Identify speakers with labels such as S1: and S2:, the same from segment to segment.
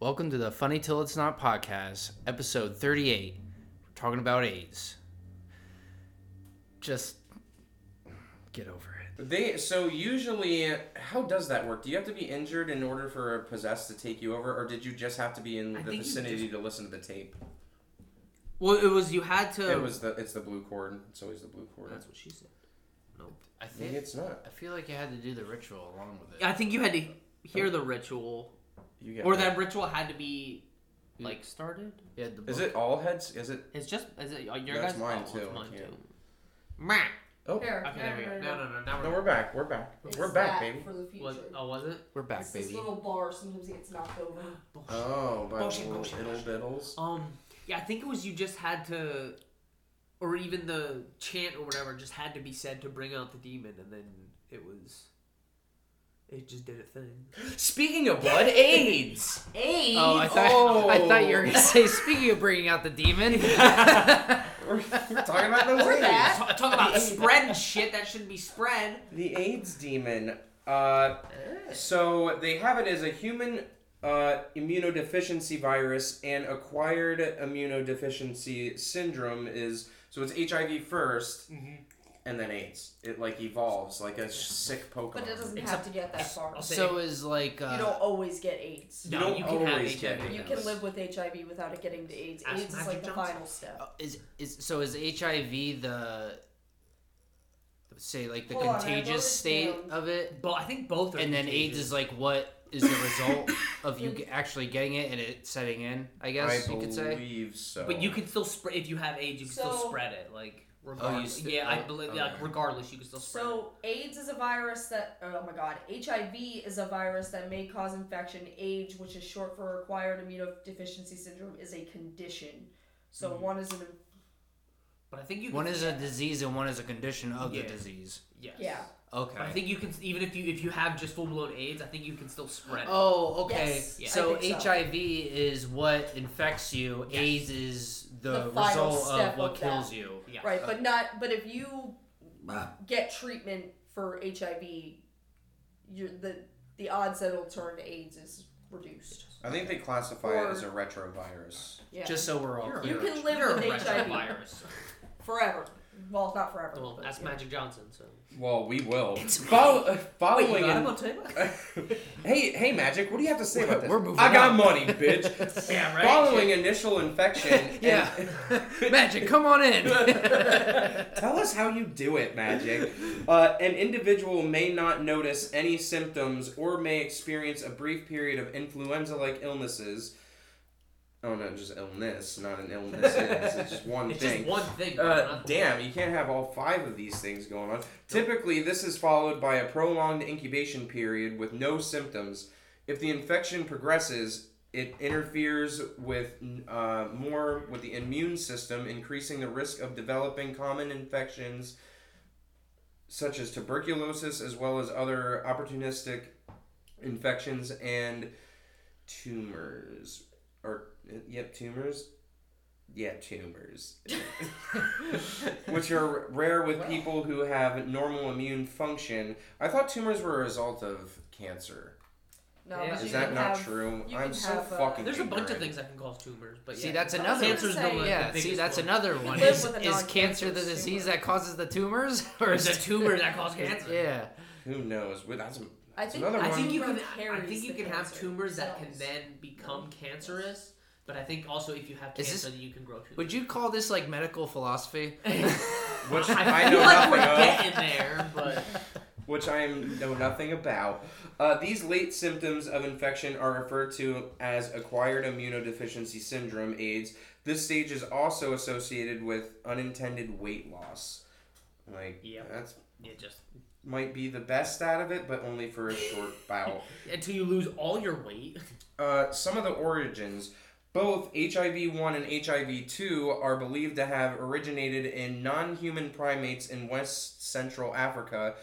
S1: Welcome to the Funny Till It's Not podcast, episode 38. We're talking about AIDS. Just get over it.
S2: They so usually how does that work? Do you have to be injured in order for possess to take you over, or did you just have to be in
S3: I
S2: the
S3: think you
S2: vicinity to listen to the tape?
S3: Well, it was you had to.
S2: It was the it's the blue cord. It's always the blue cord.
S3: Oh. That's what she said.
S1: I
S2: Maybe
S1: think
S2: it's not.
S1: I feel like you had to do the ritual along with it.
S3: I think you had to hear the ritual,
S2: You get
S3: or that ritual had to be like started.
S1: You had the book.
S2: Is it all heads? Is it?
S3: It's just is it your
S2: That's
S3: guys?
S2: mine
S3: oh,
S2: too,
S3: It's mine
S2: yeah.
S3: too. Meh.
S2: Oh,
S4: Here,
S3: Okay, there we go. No, no, no, now
S2: no,
S3: we're.
S2: we're back. We're back.
S4: It's
S2: we're back,
S4: that
S2: baby.
S4: For the future.
S3: Was, oh, was it?
S1: We're
S4: it's
S1: back,
S4: This
S1: baby.
S4: little bar. Sometimes it gets knocked over.
S2: Oh, by
S3: Bullshit,
S2: little
S3: bullshit,
S2: Biddle Biddles.
S3: Um, yeah, I think it was you just had to, or even the chant or whatever just had to be said to bring out the demon, and then it was. It just did a thing.
S1: Speaking of blood, AIDS.
S3: Hey.
S1: Oh, I thought I thought you were gonna say. Speaking of bringing out the demon,
S2: We're, we're talking about those
S4: We're back.
S2: AIDS.
S3: Talk, talk about spreading shit that shouldn't be spread.
S2: The AIDS demon. Uh, So they have it as a human uh, immunodeficiency virus, and acquired immunodeficiency syndrome is so it's HIV 1st and then AIDS. It like evolves like a sick Pokemon.
S4: But it doesn't
S3: It's
S4: have
S3: a-
S4: to get that far.
S3: I'll say-
S1: so is like uh,
S4: You don't always get AIDS.
S2: You don't always get it.
S4: You can live with HIV without it getting to AIDS.
S3: Ask
S4: AIDS is
S3: Magic
S4: like the
S3: Johnson. Oh,
S4: final step.
S1: is is so is HIV the say like the
S4: Hold on, I um, wrote
S1: contagious
S4: this
S1: state
S4: down.
S1: of it,
S3: But I think both are.
S1: and then AIDS
S3: contagious.
S1: is like what is the result of you ge- actually getting it and it setting in? I
S2: I
S1: guess you could say.
S2: believe so.
S3: But you can still spread if you have AIDS. You can
S4: So-
S3: still spread it. Like regardless.
S1: sti-
S3: yeah, I
S1: oh,
S3: believe.
S1: okay.
S3: Like regardless, you can still spread. it.
S4: So AIDS is a virus that oh my god. HIV is a virus that may cause infection. AIDS, which is short for acquired immunodeficiency syndrome, is a condition. So
S3: Mm-hmm.
S4: one is an
S3: But I think you.
S1: One
S3: can,
S1: is a disease and one is a condition of
S3: Yeah.
S1: the disease.
S3: Yes.
S4: yeah.
S1: Okay.
S3: But I think you can even if you if you have just full blown AIDS, I think you can still spread. it.
S1: Oh, okay.
S4: Yes,
S3: Yeah. I
S1: So
S4: think so.
S1: HIV is what infects you.
S3: Yes.
S1: AIDS is
S4: The
S1: the,
S4: final
S1: result
S4: step
S1: of what
S4: of that.
S1: kills you.
S3: Yeah.
S4: Right, but not. But if you get treatment for HIV, you're, the the odds that it'll turn to AIDS is reduced.
S2: I think they classify it
S4: Or-
S2: as a retrovirus.
S4: Yeah,
S1: Just so we're all
S3: You're a
S1: clear.
S4: you can live
S3: You're a
S4: with HIV
S3: retrovirus.
S4: forever. Well, not forever.
S3: well,
S4: but,
S3: that's
S4: yeah.
S3: Magic Johnson. So.
S2: Well, we will. Follow, uh, following
S3: Wait, you got
S2: in-
S3: him on tape?
S2: hey, hey, Magic, what do you have to say about this?
S1: We're moving
S2: I got
S1: on.
S2: money, bitch.
S3: Yeah, right?
S2: Following initial infection.
S1: Yeah.
S2: and-
S1: Magic, come on in.
S2: Tell us how you do it, Magic. Uh, an individual may not notice any symptoms or may experience a brief period of influenza like illnesses. Oh no, just illness, not an illness. It's just one
S3: It's
S2: thing.
S3: just one thing.
S2: Uh,
S3: not-
S2: damn, you can't have all five of these things going on. Typically, this is followed by a prolonged incubation period with no symptoms. If the infection progresses, it interferes with uh, more with the immune system, increasing the risk of developing common infections such as tuberculosis, as well as other opportunistic infections and tumors. Or yep, tumors. Yeah, tumors which are rare with people who have normal immune function. I thought tumors were a result of cancer.
S4: No,
S3: Yeah.
S4: but
S2: Is
S4: you
S2: that
S4: can
S2: not
S4: have-
S2: true?
S4: you
S2: I'm
S4: can
S2: so
S4: have, uh,
S2: fucking.
S3: There's a bunch of
S2: ignorant.
S3: things that can cause tumors, but
S1: See,
S3: yeah.
S1: that's
S4: I was
S1: another.
S4: gonna
S3: Cancer's the
S4: say-
S3: one.
S1: Yeah,
S3: the
S1: see,
S3: biggest
S1: that's
S3: one.
S1: another
S4: can
S1: one.
S4: live
S1: Is,
S4: with a
S1: is cancer the
S4: non-cancerous
S1: disease
S4: tumor.
S1: that causes the tumors, or
S3: Or
S1: is
S3: is a
S1: it?
S3: tumor that causes cancer?
S1: Yeah.
S2: Who knows? Well, That's
S4: I think
S2: another
S3: I
S2: one.
S3: think you
S4: Tumor
S3: can. I
S4: carries
S3: think you
S4: the
S3: can have
S4: cancer
S3: tumors that can
S4: cells.
S3: then become cancerous. But I think also if you have
S1: Is
S3: cancer,
S1: this-
S3: then you can grow tumors.
S1: Would you call this like medical philosophy?
S2: which
S3: I,
S2: I
S3: feel
S2: know
S3: like we're
S2: nothing
S3: getting there, but
S2: of, which I am- know nothing about. Uh, these late symptoms of infection are referred to as acquired immunodeficiency syndrome (AIDS). This stage is also associated with unintended weight loss. Like
S3: Yep.
S2: that's
S3: yeah, just
S2: might be the best out of it, but only for a short bout.
S3: until you lose all your weight.
S2: Uh, some of the origins. Both HIV 1 and HIV 2 are believed to have originated in non human primates in West Central Africa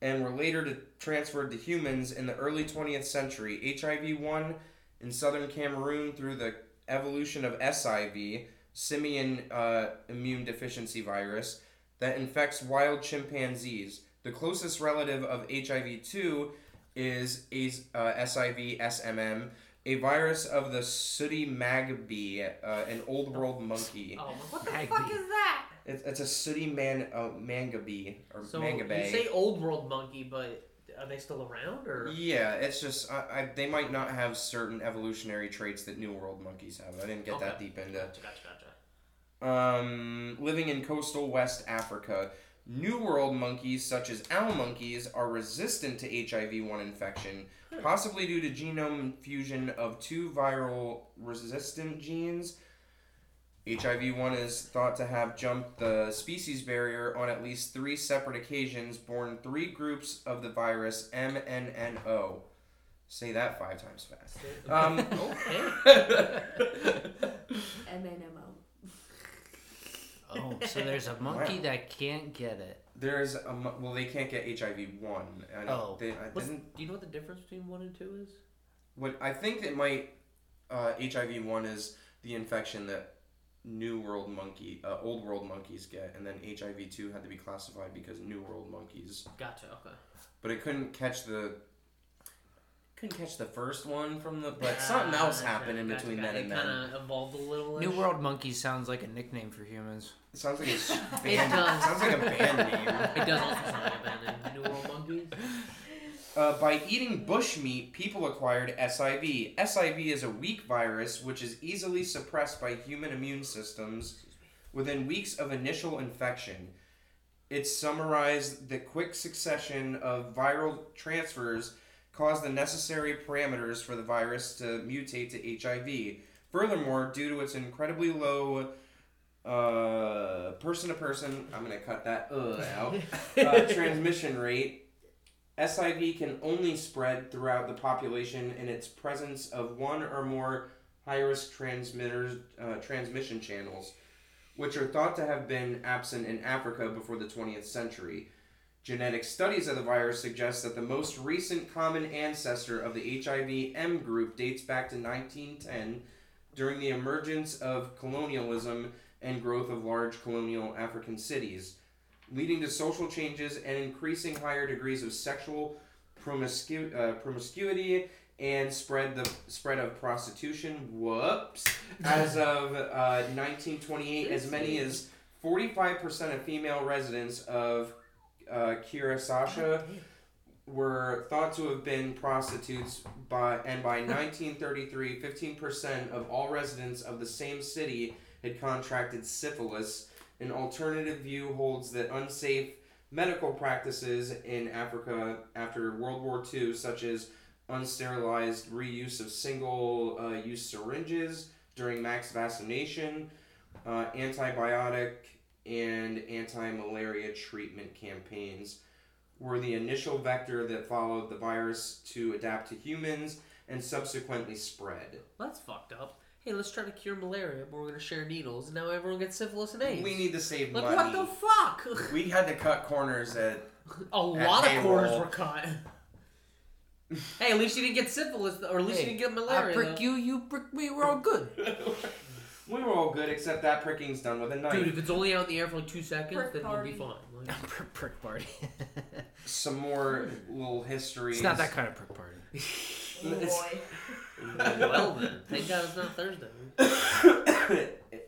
S2: and were later to, transferred to humans in the early 20th century. HIV 1 in southern Cameroon through the evolution of SIV, simian uh, immune deficiency virus, that infects wild chimpanzees. The closest relative of HIV 2 is AS- uh, SIV SMM a virus of the sooty magpie, uh, an old world monkey.
S3: Oh, what the
S1: Magpie.
S3: fuck is that?
S2: It's, it's a sooty man uh, mangabee or
S3: So
S2: mangabay.
S3: you say old world monkey, but are they still around or?
S2: yeah, it's just I, I, they might not have certain evolutionary traits that New World monkeys have. I didn't get that
S3: Okay.
S2: deep into. it.
S3: Gotcha, gotcha, gotcha.
S2: Um, living in coastal West Africa, New World monkeys such as owl monkeys are resistant to HIV 1 infection, possibly due to genome fusion of two viral resistant genes. HIV 1 is thought to have jumped the species barrier on at least three separate occasions, born three groups of the virus MNNO. Say that five times fast. Um,
S3: Okay.
S2: Uh,
S4: MNMO.
S1: Oh, so there's a monkey
S2: Wow.
S1: that can't get it.
S2: There's a mo- well, they can't get HIV one. I don't,
S1: Oh.
S2: they, I
S3: What's-
S2: didn't.
S3: do you know what the difference between one and two is?
S2: What I think that might uh, HIV one is the infection that New World monkey, uh, Old World monkeys get, and then HIV two had to be classified because New World monkeys.
S3: Gotcha. Okay.
S2: But it couldn't catch the. Couldn't catch the first one from the, but something else happened in between
S3: that
S2: then and then.
S3: Kind of evolved a little.
S1: New World Monkey sounds like a nickname for humans.
S2: It sounds like a s-
S3: It
S2: band.
S3: does.
S2: sounds like a band name.
S3: It does also sound like a band name. New World Monkeys.
S2: Uh, by eating bushmeat, people acquired SIV. SIV is a weak virus which is easily suppressed by human immune systems within weeks of initial infection. It summarized the quick succession of viral transfers caused the necessary parameters for the virus to mutate to HIV. Furthermore, due to its incredibly low uh, person to person, I'm going to cut that uh out, uh, transmission rate, SIV can only spread throughout the population in its presence of one or more high-risk transmitters uh, transmission channels, which are thought to have been absent in Africa before the 20th century. Genetic studies of the virus suggest that the most recent common ancestor of the HIV M group dates back to 1910 during the emergence of colonialism and growth of large colonial African cities leading to social changes and increasing higher degrees of sexual promiscu- uh, promiscuity and spread the spread of prostitution. Whoops! As of uh, 1928, as many as 45% of female residents of uh, Kira Sasha were thought to have been prostitutes by and by 1933 15% of all residents of the same city had contracted syphilis an alternative view holds that unsafe medical practices in Africa after World War II, such as unsterilized reuse of single uh, use syringes during max vaccination, uh, antibiotic, and anti malaria treatment campaigns, were the initial vector that followed the virus to adapt to humans and subsequently spread.
S3: That's fucked up. Hey, let's try to cure malaria, but we're gonna share needles, and now everyone gets syphilis and AIDS.
S2: We need to save
S3: like
S2: money.
S3: what the fuck?
S2: we had to cut corners at
S3: A lot of
S2: payroll.
S3: corners were cut. hey, at least you didn't get syphilis, or at least
S1: Hey,
S3: you didn't get malaria.
S1: I prick
S3: though.
S1: you, you prick me, we're all good.
S2: We were all good except that pricking's done with a knife.
S3: Dude, if it's only out in the air for like two seconds,
S4: Prick
S3: then
S4: party.
S3: you'll be fine. Like,
S1: prick, prick party.
S2: Some more little history.
S1: it's not that kind of prick party.
S4: Boy.
S3: well then, thank God it's not Thursday.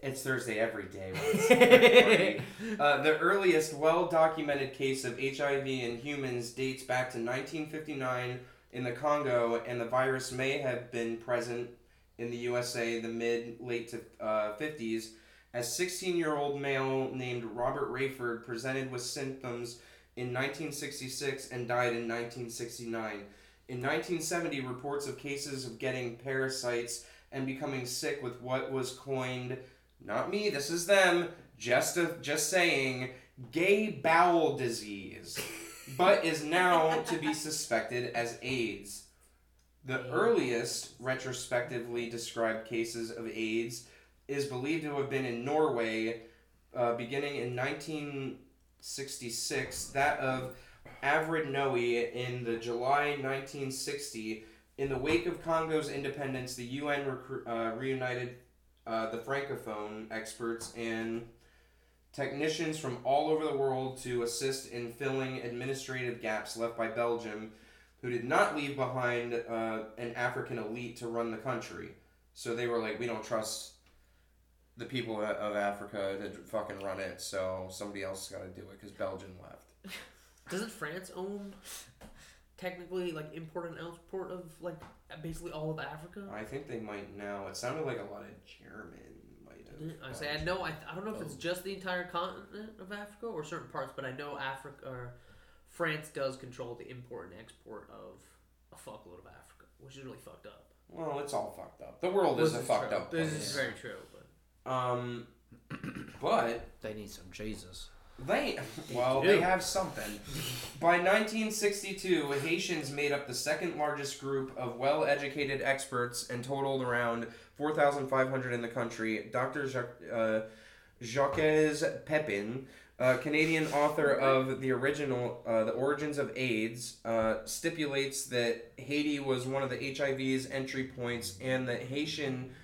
S2: it's Thursday every day. when it's Friday. uh, the earliest well documented case of HIV in humans dates back to 1959 in the Congo, and the virus may have been present in the USA the mid late to uh, 50s. A 16 year old male named Robert Rayford presented with symptoms in 1966 and died in 1969. In 1970, reports of cases of getting parasites and becoming sick with what was coined not me this is them just a, just saying gay bowel disease but is now to be suspected as AIDS the earliest retrospectively described cases of AIDS is believed to have been in Norway uh, beginning in 1966 that of Avrid Noe in the July 1960 in the wake of Congo's independence, the UN recru- uh, reunited uh, the Francophone experts and technicians from all over the world to assist in filling administrative gaps left by Belgium, who did not leave behind uh, an African elite to run the country. So they were like, we don't trust the people of- of Africa to fucking run it. So somebody else got to do it because Belgium left.
S3: Doesn't France own technically like import and export of like basically all of Africa?
S2: I think they might now. It sounded like a lot of German might have.
S3: Mm, I say I know I, I don't know if
S1: Oh.
S3: it's just the entire continent of Africa or certain parts, but I know Africa or France does control the import and export of a fuckload of Africa, which is really fucked up.
S2: Well, it's all fucked up. The world is a fucked up
S3: This
S2: place.
S3: is very true, but
S2: Um, but
S1: They need some Jesus.
S2: They well,
S3: do.
S2: they have something. By 1962, Haitians made up the second largest group of well-educated experts and totaled around 4,500 in the country. Dr. Jacques, uh, Jacques Pepin, uh, Canadian author of the original uh, "The Origins of AIDS," uh, stipulates that Haiti was one of the HIV's entry points, and that Haitian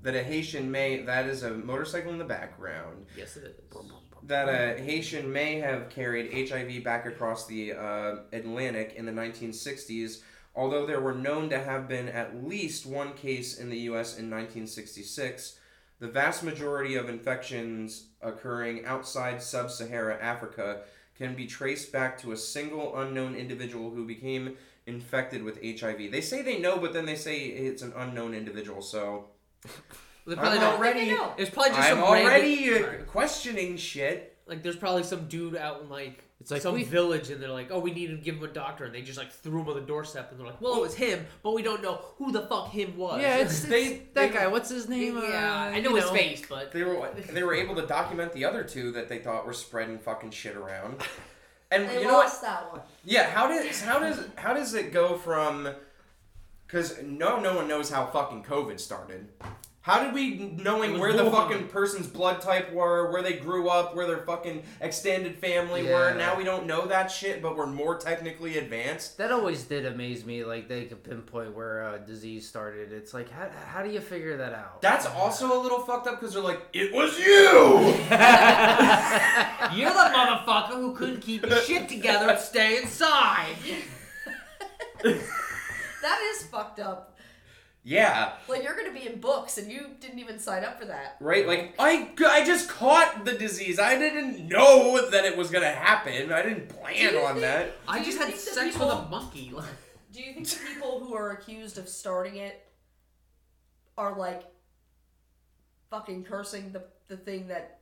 S2: that a Haitian may that is a motorcycle in the background
S3: yes, it is.
S2: that a Haitian may have carried HIV back across the uh, Atlantic in the 1960s, although there were known to have been at least one case in the U.S. in 1966. The vast majority of infections occurring outside sub Sahara Africa can be traced back to a single unknown individual who became infected with HIV. They say they know, but then they say it's an unknown individual, so
S3: They
S2: I'm
S3: probably don't.
S2: already,
S4: know.
S3: It's probably just
S2: I'm
S3: some
S2: already
S3: random-
S2: uh, questioning shit.
S3: Like there's probably some dude out in like
S1: It's like
S3: some
S1: we-
S3: village, and they're like, "Oh, we need to give him a doctor," and they just like threw him on the doorstep, and they're like, "Well, it was him, but we don't know who the fuck him was."
S1: Yeah, it's,
S2: They-
S1: it's that
S2: they-
S1: guy. What's his name?
S3: yeah,
S1: Uh,
S3: I know
S1: you
S3: his face, but
S2: They were they were able to document the other two that they thought were spreading fucking shit around. And
S4: They
S2: you know what?
S4: lost that one.
S2: Yeah, how does how does how does it go from cuz no no one knows how fucking covid started. How did we
S3: It
S2: knowing
S3: was
S2: where the
S3: Wuhan.
S2: fucking person's blood type were, where they grew up, where their fucking extended family were?
S1: Yeah.
S2: Now we don't know that shit, but we're more technically advanced.
S1: That always did amaze me. Like they could pinpoint where uh, disease started. It's like how, how do you figure that out?
S2: That's also a little fucked up cuz they're like, "It was you."
S3: you're the motherfucker who couldn't keep your shit together and stay inside.
S4: That is fucked up.
S2: yeah.
S4: Like you're gonna be in books and you didn't even sign up for that.
S2: Right? Like, I, I just caught the disease. I didn't know that it was going to happen. I didn't plan on that.
S3: I
S4: Do
S3: just
S4: you
S3: had
S4: think that
S3: sex
S4: people-
S3: with a monkey. Like,
S4: Do you think the people who are accused of starting it are like fucking cursing the the thing that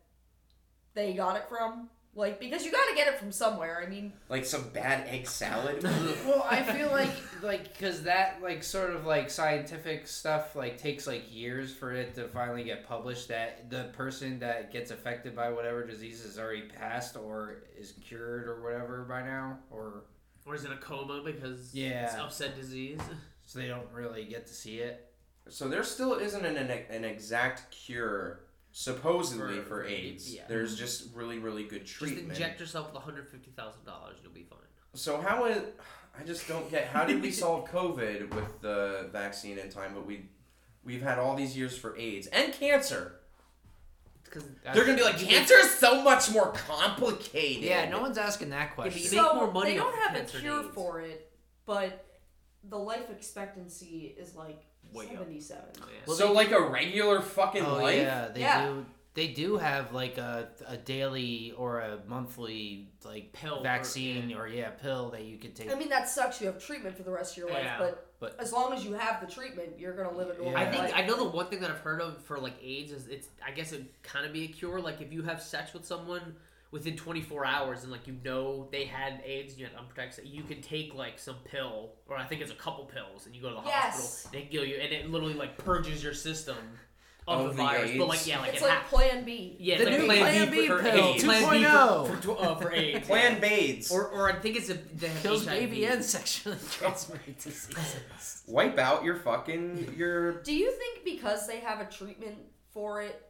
S4: they got it from? Like because you gotta get it from somewhere. I mean,
S2: Like, some bad egg salad.
S1: well, I feel like like because that like sort of like scientific stuff like takes like years for it to finally get published. That the person that gets affected by whatever disease is already passed or is cured or whatever by now, or
S3: or is it a coma because
S1: Yeah.
S3: it's upset disease?
S1: so they don't really get to see it.
S2: so, there still isn't an, an, an exact cure, supposedly,
S3: For-
S2: for AIDS.
S3: yeah.
S2: There's just really, really good treatment.
S3: Just inject yourself with 150 thousand dollars, and you'll be fine.
S2: so, how is. I just don't get. How did we solve COVID with the vaccine in time, but we. We've had all these years for AIDS and cancer.
S3: Because
S2: They're gonna be like, cancer is so much more complicated.
S1: Yeah, no one's asking that question.
S3: you
S4: so
S3: make more money
S4: they
S3: off
S4: don't have a
S3: cancer
S4: cure
S3: days.
S4: for it, but the life expectancy is like
S3: Way up.
S4: seventy-seven.
S3: Well,
S2: so like a regular fucking
S1: oh
S2: life.
S1: yeah, they
S4: Yeah.
S1: do. They do have like a, a daily or a monthly like
S3: Pill or-
S1: vaccine or yeah pill that you could take.
S4: I mean, that sucks. You have treatment for the rest of your life,
S3: Yeah,
S4: but,
S1: but-
S4: as long as you have the treatment, you're gonna live a normal
S1: Yeah.
S3: I think
S4: life.
S3: I know the one thing that I've heard of for like AIDS is it's I guess it would kind of be a cure. Like if you have sex with someone within 24 hours and like you know they had AIDS and you had unprotected, you can take like some pill or I think it's a couple pills and you go to the
S4: Yes.
S3: hospital. They kill you and it literally like purges your system of
S2: Of
S3: the
S2: the
S3: virus. But
S2: AIDS?
S3: like yeah, like
S4: it's
S3: it
S4: like
S3: hap-
S4: Plan B.
S3: yeah,
S1: The
S3: it's like
S1: new
S3: plan,
S1: Plan B
S3: for, for
S1: pill,
S3: AIDS. Plan B
S1: 2.0.
S3: for, for, tw- uh, for AIDS.
S2: Plan Bades.
S3: or or I think it's a they have
S1: kills
S3: HIV.
S1: baby and sexually transmitted diseases.
S2: Wipe out your fucking your
S4: Do you think because they have a treatment for it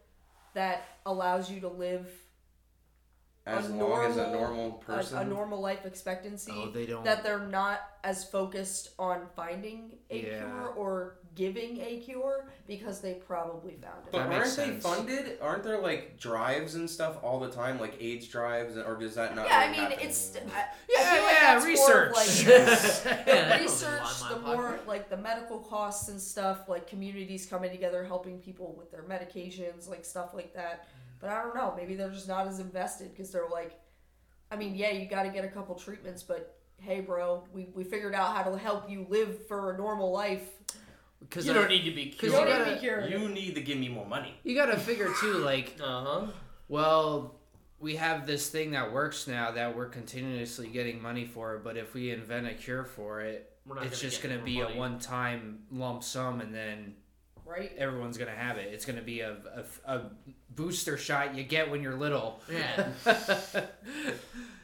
S4: that allows you to live
S2: as
S4: a
S2: long as a
S4: normal-
S2: normal
S4: a,
S2: person.
S4: a normal life expectancy
S1: Oh, they don't.
S4: that they're not as focused on finding a
S1: Yeah.
S4: cure or giving a cure because they probably found it.
S2: but
S1: That
S2: aren't
S1: makes
S2: they
S1: sense.
S2: funded? Aren't there like drives and stuff all the time, like AIDS drives, or does that not?
S4: yeah, I
S2: really
S4: mean,
S2: happen?
S4: it's I, I feel like
S1: yeah, yeah,
S4: that's
S1: research.
S3: Yeah,
S4: More of like,
S3: that goes a lot
S4: research,
S3: in my
S4: the
S3: pocket.
S4: more like the medical costs and stuff, like communities coming together, helping people with their medications, like stuff like that.
S3: Mm.
S4: But I don't know. Maybe they're just not as invested because they're like, I mean, yeah, you got to get a couple treatments, but hey, bro, we, we figured out how to help you live for a normal life.
S1: Because
S3: you don't need to be
S1: 'cause
S4: You
S3: cured.
S1: you
S4: don't need to
S1: gotta-
S4: be cured.
S2: you need to give me more money.
S1: you gotta figure too, like
S3: Uh huh.
S1: Well, we have this thing that works now that we're continuously getting money for, but if we invent a cure for it,
S3: We're not
S1: it's
S3: gonna
S1: just
S3: get
S1: going to
S3: more
S1: be
S3: money.
S1: a one time lump sum and then
S4: right?
S1: everyone's going to have it. It's going to be a, a, a booster shot you get when you're little.
S3: Yeah.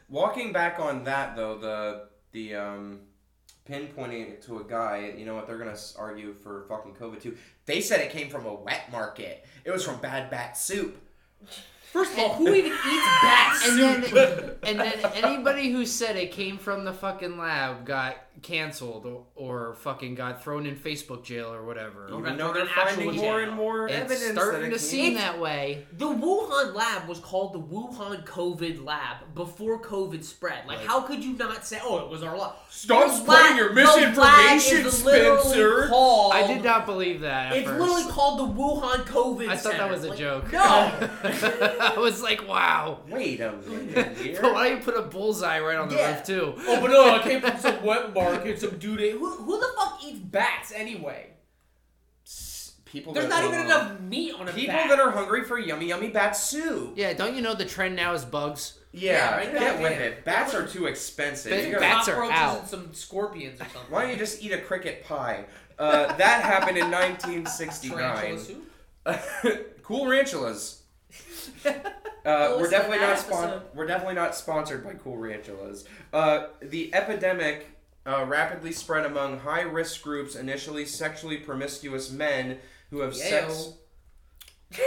S2: Walking back on that though, the the um, pinpointing it to a guy, you know what? They're gonna s- argue for fucking COVID too. They said it came from a wet market. It was from bad bat soup.
S3: First of all, who even eats bats?
S1: and then and then anybody who said it came from the fucking lab got canceled or, or fucking got thrown in Facebook jail or whatever.
S3: Even
S2: Even though they're
S3: an actual
S2: finding
S3: jail.
S2: more and more
S1: It's
S2: evidence that
S1: starting
S2: it
S1: to
S2: came-
S1: seem that way.
S3: The Wuhan lab was called the Wuhan COVID lab before COVID spread. Like,
S1: Right.
S3: how could you not say, "Oh, it was our lab"?
S2: Stop
S3: The
S2: spreading
S3: lab-
S2: your
S3: the lab is
S2: misinformation,
S3: literally
S2: Spencer.
S3: Called,
S1: I did not believe that. At
S3: It's
S1: first.
S3: literally called the Wuhan COVID.
S1: I thought that
S3: Center.
S1: was a
S3: Like,
S1: joke.
S3: No.
S1: I was like, wow.
S2: Wait a minute here.
S1: But why do you put a bullseye right on the
S3: Yeah.
S1: roof too?
S3: oh, but no, it came from some wet market, some dude. ate- Who, who the fuck eats bats anyway?
S2: people
S3: There's
S2: that
S3: not even
S2: are-
S3: enough meat on a
S2: people
S3: bat.
S2: that are hungry for yummy yummy bat soup.
S1: Yeah, don't you know the trend now is bugs?
S2: Yeah,
S3: Yeah, right,
S2: get
S3: goddamn.
S2: with it. Bats are too expensive.
S1: Big
S2: You
S1: bat-
S2: gotta-
S1: Bats are
S3: Cockroaches
S1: out.
S3: and some scorpions or something.
S2: Why don't you just eat a cricket pie? Uh, that happened in
S3: Tarantula
S2: 1969.
S3: soup?
S2: cool ranchulas. Uh,
S4: We'll
S2: we're
S4: listen to
S2: definitely
S4: that
S2: not spon-
S4: episode.
S2: we're definitely not sponsored by Cool Ranchulas. Uh, the epidemic uh, rapidly spread among high risk groups, initially sexually promiscuous men who have sex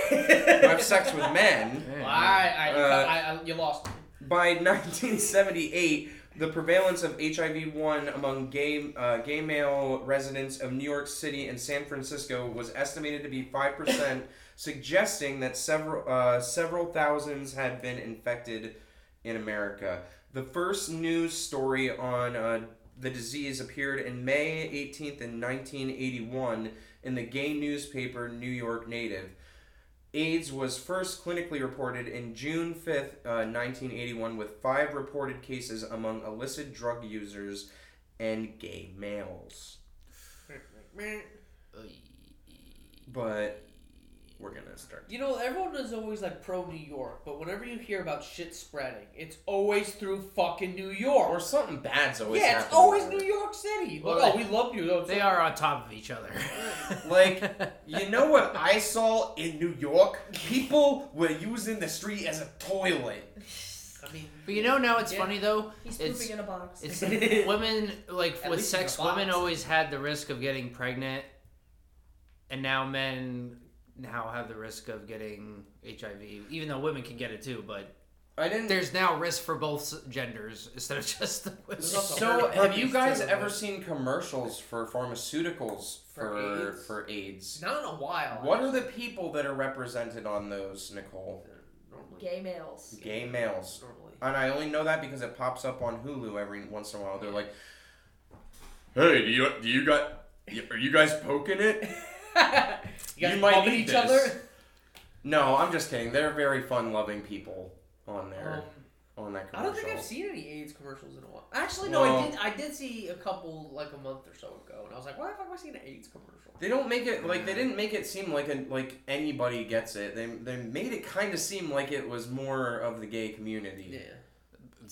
S2: who have sex with men.
S1: Man.
S3: Well, I, I,
S2: Uh,
S3: I, I, you lost me.
S2: By 1978, the prevalence of HIV-1 among gay uh, gay male residents of New York City and San Francisco was estimated to be five percent, suggesting that several uh, several thousands had been infected in America. The first news story on uh, the disease appeared in May 18th in 1981 in the gay newspaper New York Native. AIDS was first clinically reported in June 5th, uh, 1981, with five reported cases among illicit drug users and gay males. But we're gonna start.
S3: You know, everyone is always like pro New York, but whenever you hear about shit spreading, it's always through fucking New York.
S2: Or something bad's always
S3: yeah, it's
S2: happening.
S3: always New York City.
S1: Well,
S3: Like,
S1: they-
S3: oh, we love New York.
S1: They are on top of each other.
S2: Like, you know what I saw in New York? People were using the street as a toilet.
S3: I mean,
S1: but you know now it's
S3: Yeah.
S1: funny though.
S4: He's
S1: It's-
S4: pooping in a box.
S1: It's women like
S3: At
S1: with
S3: least he's
S1: sex,
S3: a fox.
S1: women always had the risk of getting pregnant, and now men now have the risk of getting HIV. Even though women can get it too, but
S2: I didn't.
S1: there's now risk for both s- genders instead of just the women.
S3: There's also
S2: So,
S3: herpes
S2: have you guys
S3: too, but-
S2: ever seen commercials for pharmaceuticals
S3: For
S2: for
S3: AIDS?
S2: for AIDS?
S3: not in a while.
S2: What are the people that are represented on those, Nicole?
S3: normally
S4: Gay males.
S2: Gay males.
S3: normally?
S2: And I only know that because it pops up on Hulu every once in a while. They're like, "Hey, do you do you got are you guys poking it?"
S3: you guys
S2: You might
S3: bumping
S2: need
S3: each
S2: this.
S3: other.
S2: No, I'm just kidding. They're very fun-loving people on there
S3: Um,
S2: on that
S3: I
S2: commercial.
S3: don't think I've seen any AIDS commercials in a while. Actually, no,
S2: Well-
S3: I did. I did see a couple like a month or so ago, and I was like, why the fuck have I seen an AIDS commercial?
S2: They don't make it like they didn't make it seem like a, like anybody gets it. They they made it kind of seem like it was more of the gay
S3: Yeah,
S2: community.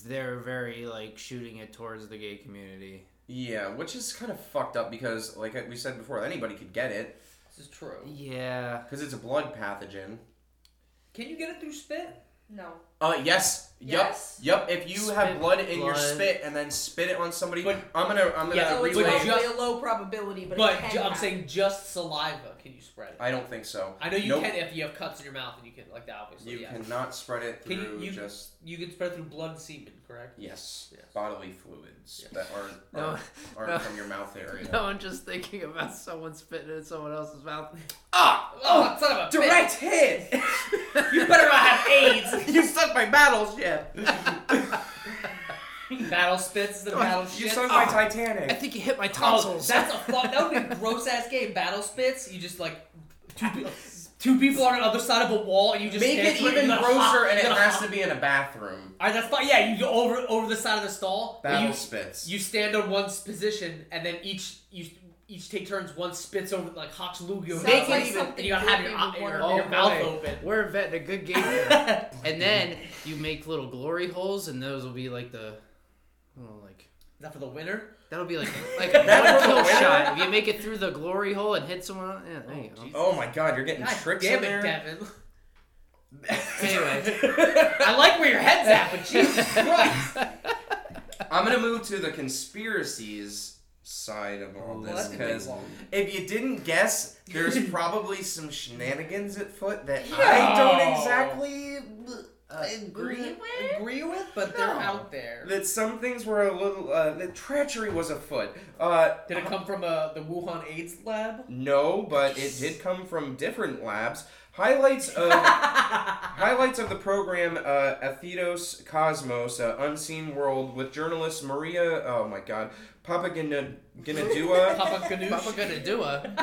S1: they're very like shooting it towards the gay community.
S2: Yeah, which is kind of fucked up because like we said before, anybody could get it
S3: this is true.
S1: Yeah.
S2: because it's a blood pathogen.
S3: Can you get it through spit?
S4: No.
S2: Uh, yes. Yep.
S4: Yes.
S2: Yep. If you
S3: Spit
S2: have blood in your
S3: blood.
S2: spit and then spit it on somebody, I'm gonna, I'm gonna.
S3: Yeah,
S4: So it's
S3: but
S4: probably
S3: just-
S4: a low probability, but, it
S3: But
S4: can
S3: ju- I'm
S4: happen.
S3: saying just saliva can you spread it?
S2: I don't think so.
S3: I know you
S2: Nope.
S3: can if you have cuts in your mouth and you can like that obviously.
S2: You
S3: yeah.
S2: cannot spread it
S3: Can you-
S2: through
S3: you-
S2: just
S3: You can spread through blood and semen, correct?
S2: yes,
S3: Yes.
S2: bodily fluids
S3: Yes.
S2: that aren't
S1: No.
S3: Oh.
S2: aren't, aren't
S1: No.
S2: from your mouth area.
S1: No, I'm just thinking about someone spitting in someone else's mouth. Ah!
S3: Oh, son of a bitch.
S2: hit.
S3: You better not have AIDS.
S2: you sunk my battleship.
S3: battle spits the battle
S2: you
S3: shit.
S2: sunk my
S1: Oh. I
S2: Titanic.
S1: think you hit my
S3: Oh,
S1: tonsils.
S3: that's a fuck. That would be a gross ass game. Battle spits. You just like two, pe- two people on the other side of a wall, and you just
S2: Make
S3: stand
S2: it
S3: through
S2: even
S3: you gotta
S2: grosser,
S3: hop,
S2: and
S3: you
S2: it
S3: gotta
S2: has
S3: hop.
S2: to be in a bathroom.
S3: All right, that's fine. Yeah, you go over over the side of the stall. but
S2: Battle
S3: you,
S2: spits.
S3: you stand on one position, and then each you each take turns. One spits over like Hawks Lugia.
S4: Sounds
S3: Make it
S4: like
S3: even-
S4: something
S3: You gotta have
S4: Goofy
S3: your,
S4: would
S3: eye- your,
S4: wanna
S1: do.
S3: your
S1: Oh,
S3: mouth
S1: boy.
S3: open.
S1: We're inventing a good game here. and then you make little glory holes, and those will be like the, oh, like
S3: Is that for the winner?
S1: that'll be like like
S2: That's
S1: one
S2: for the
S1: kill
S2: winner?
S1: shot. If you make it through the glory hole and hit someone, yeah, there you go.
S3: Jesus.
S2: oh my God, you're getting
S3: God
S2: tricks in
S3: damn it,
S2: there.
S3: Devin.
S1: Anyway.
S3: I like where your head's at, but Jesus Christ.
S2: I'm gonna move to the conspiracies side of all
S3: Well,
S2: this
S3: that didn't
S2: because
S3: take long.
S2: if you didn't guess, there's probably some shenanigans at foot that
S3: Yeah.
S2: I don't exactly uh,
S3: agree
S2: agree.
S3: with, agree with, but they're
S2: No.
S3: out there.
S2: That some things were a little uh, that treachery was afoot. Uh,
S3: Did it come from uh, the Wuhan AIDS lab?
S2: no, but it did come from different labs. Highlights of. Highlights of the program uh, Athedos Cosmos, uh, Unseen World, with journalist Maria, oh my god, Papaganadua.
S3: Papa Ganoush?
S1: Papa gonna do a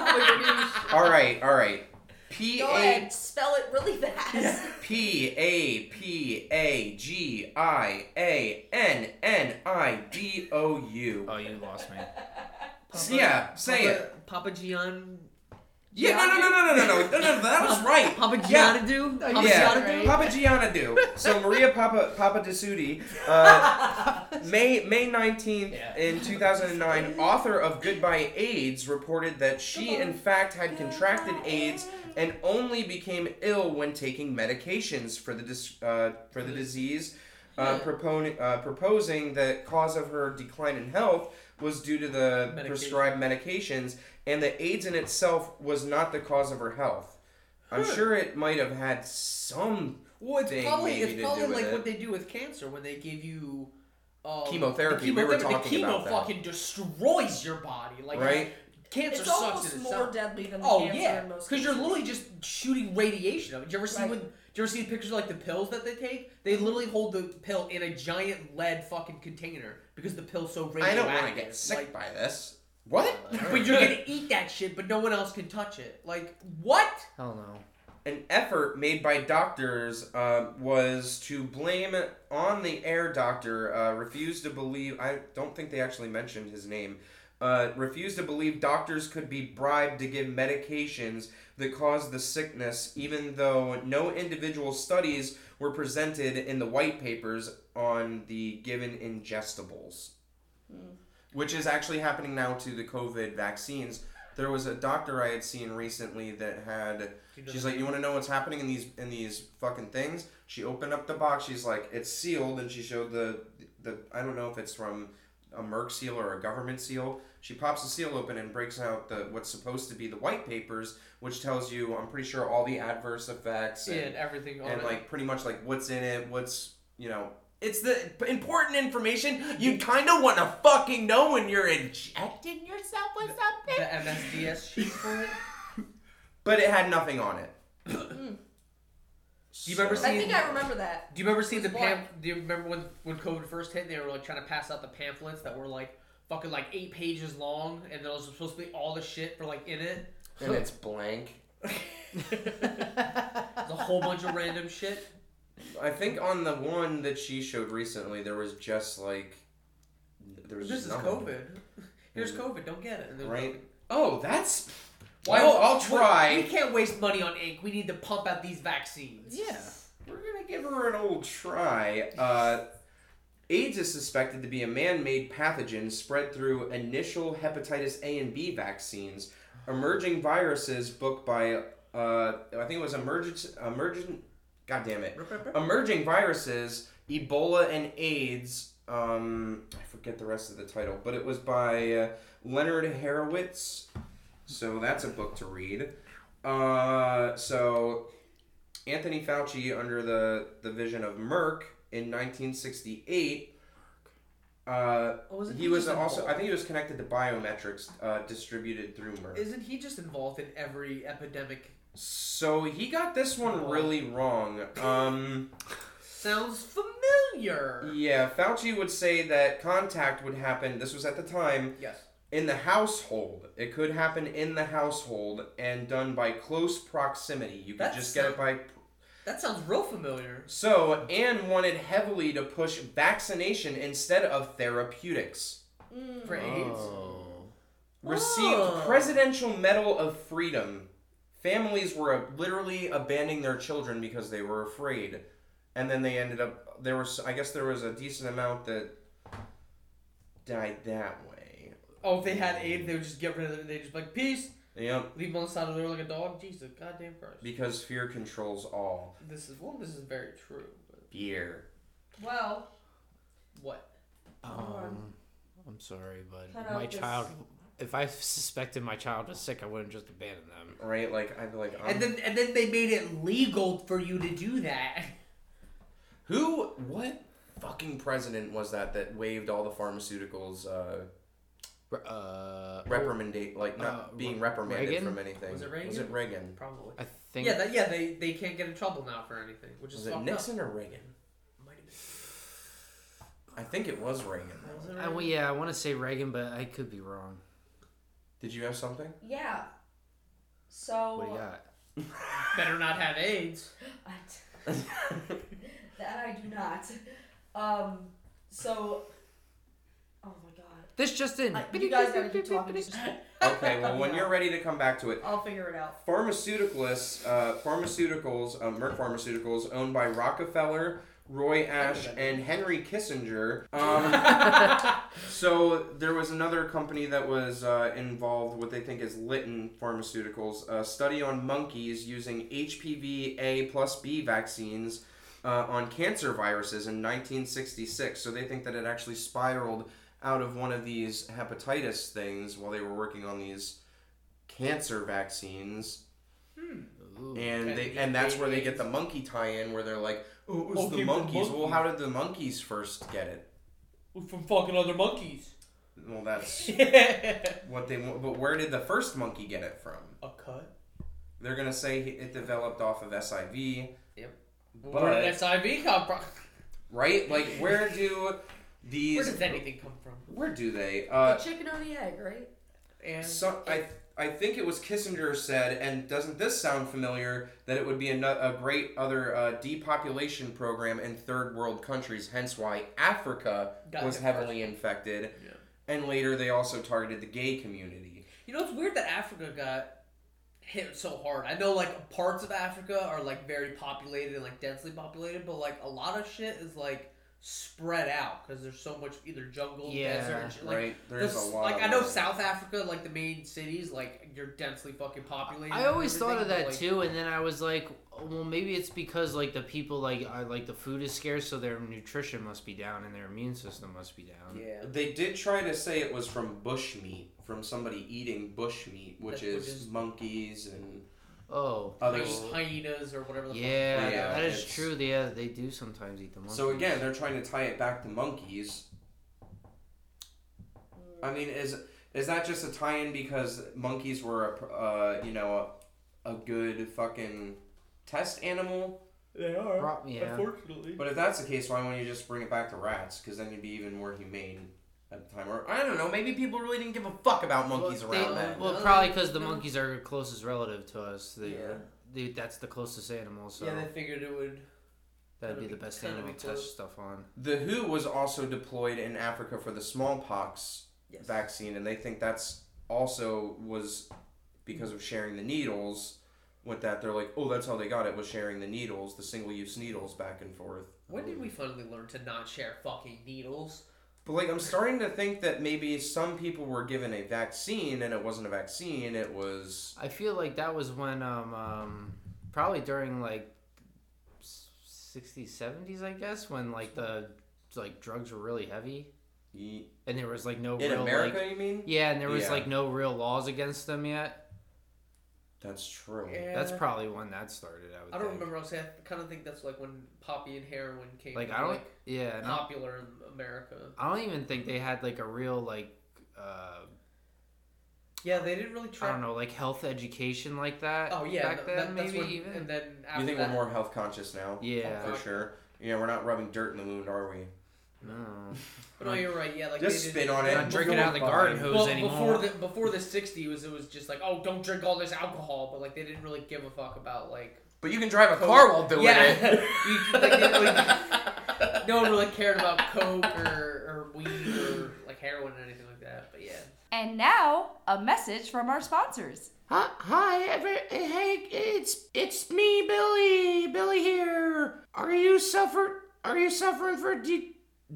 S2: all right, all right. P
S4: Go
S2: A
S4: ahead, spell it really fast.
S2: P A P A G I A N N I D O U.
S1: Oh, you lost me.
S3: Papa-
S2: Yeah, say
S3: Papa,
S2: it.
S3: Papa Gian.
S2: Yeah, no, no, no, no, no, no, no, no, no, that was right.
S3: Papa
S2: Yeah.
S3: Gianadu?
S1: No, you
S3: Papa
S2: yeah,
S3: Gianadu?
S4: Gianadu?
S2: Papa Gianadu. So Maria Papa Papa Desudi, uh, May May nineteenth
S1: Yeah.
S2: in two thousand and nine, author of Goodbye AIDS reported that she in fact had contracted AIDS and only became ill when taking medications for the dis- uh, for the disease. Uh, propon- uh, proposing the cause of her decline in health was due to the
S3: Medication.
S2: prescribed medications, and that AIDS in itself was not the cause of her health. I'm
S3: Huh.
S2: sure it might have had some
S3: Well, it's
S2: thing
S3: probably,
S2: maybe to
S3: it's
S2: do
S3: probably
S2: with
S3: like
S2: it.
S3: what they do with cancer when they give you. Um,
S2: Chemotherapy,
S3: The
S2: we
S3: chemo,
S2: were
S3: the
S2: talking
S3: chemo
S2: about that.
S3: fucking destroys your body. Like
S2: Right?
S3: cancer
S4: It's
S3: sucks
S4: almost
S3: in
S4: more
S3: itself.
S4: deadly than the
S3: Oh
S4: cancer
S3: yeah,
S4: in most
S3: because you're
S4: cases.
S3: literally just shooting radiation of it. Do you ever see
S4: Right.
S3: when? Do you ever see pictures of, like the pills that they take? They literally hold the pill in a giant lead fucking container because the pill's so
S2: I
S3: radioactive.
S2: don't want to get sick
S3: Like,
S2: by this. What?
S3: but you're gonna eat that shit, but no one else can touch it. Like what?
S1: Hell no.
S2: An effort made by doctors uh, was to blame on the air doctor. Uh, refused to believe. I don't think they actually mentioned his name. Uh, refused to believe doctors could be bribed to give medications that caused the sickness, even though no individual studies were presented in the white papers on the given ingestibles. which is actually happening now to the COVID vaccines. There was a doctor I had seen recently that had. She's like, you want to know what's happening in these in these fucking things? She opened up the box. She's like, it's sealed, and she showed the the I don't know if it's from a Merck seal or a government seal. She pops the seal open and breaks out the what's supposed to be the white papers, which tells you I'm pretty sure all the adverse effects
S3: Yeah,
S2: and
S3: and everything on
S2: and
S3: it.
S2: like pretty much like what's in it, what's you know. It's the important information you kind of want to fucking know when you're injecting yourself with
S3: the
S2: something.
S3: MSDS shit for it.
S2: But it had nothing on it.
S3: you remember
S2: So-
S4: I think I remember that.
S3: Do you remember seeing the
S4: It's
S3: pam? Do you remember when when COVID first hit? They were like trying to pass out the pamphlets that were like fucking like eight pages long, and those were supposed to be all the shit for like in it.
S2: And it's blank.
S3: It's a whole bunch of random shit.
S2: I think on the one that she showed recently, there was just like there was
S3: This is
S2: nothing.
S3: COVID. Here's COVID. Don't get it. And there's
S2: Right.
S3: nothing.
S2: Oh, that's.
S3: Why-
S2: Well, I'll
S3: we- We
S2: try.
S3: can't waste money on ink. We need to pump out these vaccines.
S1: Yeah.
S2: We're gonna give her an old try. Uh, AIDS is suspected to be a man-made pathogen spread through initial hepatitis A and B vaccines. Emerging viruses, book by uh, I think it was emergent emergent. God damn it. Emerging viruses, Ebola and AIDS. Um, I forget the rest of the title, but it was by uh, Leonard Horowitz. So that's a book to read. Uh, so Anthony Fauci, under the, the vision of Merck in 1968, uh,
S3: Oh, wasn't
S2: he was
S3: just
S2: also, I
S3: involved-
S2: think he was connected to biometrics uh, distributed through Merck.
S3: Isn't he just involved in every epidemic?
S2: So he got this one really wrong. Um,
S3: Sounds familiar.
S2: yeah, Fauci would say that contact would happen, this was at the time,
S3: Yes.
S2: in the household. It could happen in the household and done by close proximity. You could
S3: That's
S2: just get it by.
S3: That sounds real familiar.
S2: So, Anne wanted heavily to push vaccination instead of therapeutics.
S4: Mm,
S1: Oh.
S3: For AIDS.
S2: Received
S3: Oh.
S2: Presidential Medal of Freedom. Families were literally abandoning their children because they were afraid. and then they ended up there was I guess there was a decent amount that died that way.
S3: Oh, if they had AIDS, they would just get rid of them. They just be like peace,
S2: Yep,
S3: leave them on the side of the road like a dog. Jesus, goddamn Christ.
S2: because fear controls all.
S3: This is well, this is very true. But
S2: Fear.
S4: Well,
S3: what?
S4: on.
S5: Um, I'm sorry, but
S4: Cut
S5: my
S4: out this.
S5: child. If I suspected my child was sick, I wouldn't just abandon them.
S2: Right? Like I'd be like, um,
S3: And then and then they made it legal for you to do that.
S2: who? What fucking president was that that waived all the pharmaceuticals uh,
S5: Re- Uh,
S2: reprimandate like not
S5: Uh,
S2: being
S5: Re-
S2: reprimanded
S5: Reagan?
S2: from anything?
S3: Was it Reagan?
S2: Was it Reagan?
S3: Probably.
S5: I think.
S3: Yeah, that, yeah. They they can't get in trouble now for anything, which is
S2: Was it
S3: fucked
S2: Nixon or Reagan?
S3: Up. Might have been-
S2: I think it was Reagan.
S3: was it
S5: I, well,
S3: Reagan?
S5: yeah, I want to say Reagan, but I could be wrong.
S2: Did you have something?
S4: yeah. So
S5: What do you got?
S3: Better not have AIDS.
S4: I- that I do not. Um. So. Oh my god.
S5: This just in.
S4: I, you guys gotta keep talking. Just-
S2: okay, well when you're ready to come back to it,
S4: I'll figure it out.
S2: Pharmaceuticalists, uh, pharmaceuticals, um, Merck Pharmaceuticals, owned by Rockefeller, Roy Ash, and Henry Kissinger. Um, so there was another company that was uh, involved, what they think is Litton Pharmaceuticals, a study on monkeys using HPV A plus B vaccines uh, on cancer viruses in 1966. So they think that it actually spiraled out of one of these hepatitis things while they were working on these cancer vaccines
S5: Ooh.
S2: and
S3: And
S2: they
S3: the
S2: and that's where they
S3: aliens.
S2: get the monkey tie-in where they're like, "Oh, it was
S3: Oh,
S2: the
S3: came from
S2: monkeys." Well,
S3: monkeys.
S2: how did the monkeys first get it?
S3: From fucking other monkeys.
S2: Well, that's
S3: a
S2: what they. want. But where did the first monkey get it from?
S3: cut.
S2: They're gonna say it developed off of SIV.
S3: Yep. Where did
S2: But
S3: SIV come from?
S2: right, like, where do these?
S3: Where does anything come from?
S2: where do they? Uh,
S4: the chicken or the egg, right?
S3: And
S2: So I I think it was Kissinger said, and doesn't this sound familiar? That it would be a, no- a great other uh, depopulation program in third world countries. Hence why Africa
S3: Got
S2: was
S3: it.
S2: heavily infected,
S3: Yeah.
S2: and later they also targeted the gay community.
S3: You know, it's weird that Africa got hit so hard. I know, like, parts of Africa are, like, very populated and, like, densely populated, but, like, a lot of shit is, like, spread out because there's so much either jungle,
S5: Yeah,
S3: desert, and shit. Like,
S2: right? There's
S3: this-
S2: a lot.
S3: Like,
S2: of
S3: I know
S2: that.
S3: South Africa, like, the main cities, like, you're densely fucking populated.
S5: I
S3: and
S5: always thought of
S3: everything,
S5: that too, and then I was like, well, maybe it's because like the people like are like the food is scarce, so their nutrition must be down and their immune system must be
S3: but,
S5: down.
S3: like, Yeah.
S2: They did try to say it was from bushmeat, from somebody eating bushmeat, which
S3: That- which
S2: is
S3: is-
S2: monkeys and
S5: Oh,
S2: others.
S5: oh.
S3: Hyenas or whatever the fuck.
S5: Yeah,
S2: Yeah,
S5: that is
S2: it's-
S5: true. Yeah, they do sometimes eat the monkey.
S2: So again, they're trying to tie it back to monkeys. I mean, is is that just a tie-in because monkeys were a pr- uh, you know a, a good fucking test animal?
S3: They are.
S5: Pro- yeah.
S3: Unfortunately.
S2: But if that's the case, why wouldn't you just bring it back to rats? Because then you'd be even more humane at the time. Or I don't know, maybe people really didn't give a fuck about monkeys
S5: They-
S2: around
S3: uh,
S2: then.
S5: Well,
S3: No,
S5: probably because the
S3: no.
S5: monkeys are closest relative to us. They,
S2: Yeah.
S5: they, that's the closest animal, so
S3: Yeah, they figured it would.
S5: that'd
S3: that'd
S5: be the
S3: be
S5: best
S3: kinda
S5: animal
S3: be
S5: to touch
S3: close.
S5: stuff on.
S2: The WHO was also deployed in Africa for the smallpox
S3: Yes.
S2: vaccine, and they think that's also was because of sharing the needles. With that, they're like, oh, that's how they got it was sharing the needles, the single-use needles back and forth.
S3: When did we finally learn to not share fucking needles?
S2: But like, I'm starting to think that maybe some people were given a vaccine, and it wasn't a vaccine; it was
S5: I feel like that was when um, um probably during like s-
S1: 60s, 70s, I guess, when like the like drugs were really heavy
S2: Ye-
S1: and there was like no
S2: In
S1: real
S2: America,
S1: like
S2: you mean?
S1: yeah, and there was
S2: Yeah.
S1: like no real laws against them yet.
S2: That's true.
S3: Yeah.
S1: That's probably when that started. I would.
S3: I don't
S1: think.
S3: remember. Honestly, I kind of think that's like when poppy and heroin came.
S1: Like
S3: to,
S1: I don't.
S3: like,
S1: yeah, and I-
S3: popular in America.
S1: I don't even think they had like a real like uh,
S3: Yeah, they didn't really
S1: I
S3: try.
S1: don't know like health education like that.
S3: Oh yeah,
S1: back then
S3: th- that- that's
S1: maybe
S3: when-
S1: even.
S3: And then after
S2: You think
S3: that,
S2: we're more health conscious now?
S1: yeah.
S2: For sure. Yeah, we're not rubbing dirt in the wound, are we?
S1: No.
S3: But no, Oh, you're right. Yeah, like
S2: Just
S3: they
S2: spit
S3: didn't-
S2: on it.
S1: Not drinking out of the
S2: Before-
S1: garden hose
S3: Well,
S1: anymore.
S3: before the before the '60s, was it was just like, oh, don't drink all this alcohol, but like they didn't really give a fuck about like.
S2: But you can drive a car while doing it.
S3: yeah, You- like, they really- no one really cared about coke or, or weed or like heroin or anything like that. But yeah,
S6: And now, a message from our sponsors.
S1: Hi, hi, ever, hey, it's it's me, Billy, Billy here. Are you suffer? Are you suffering for? Do,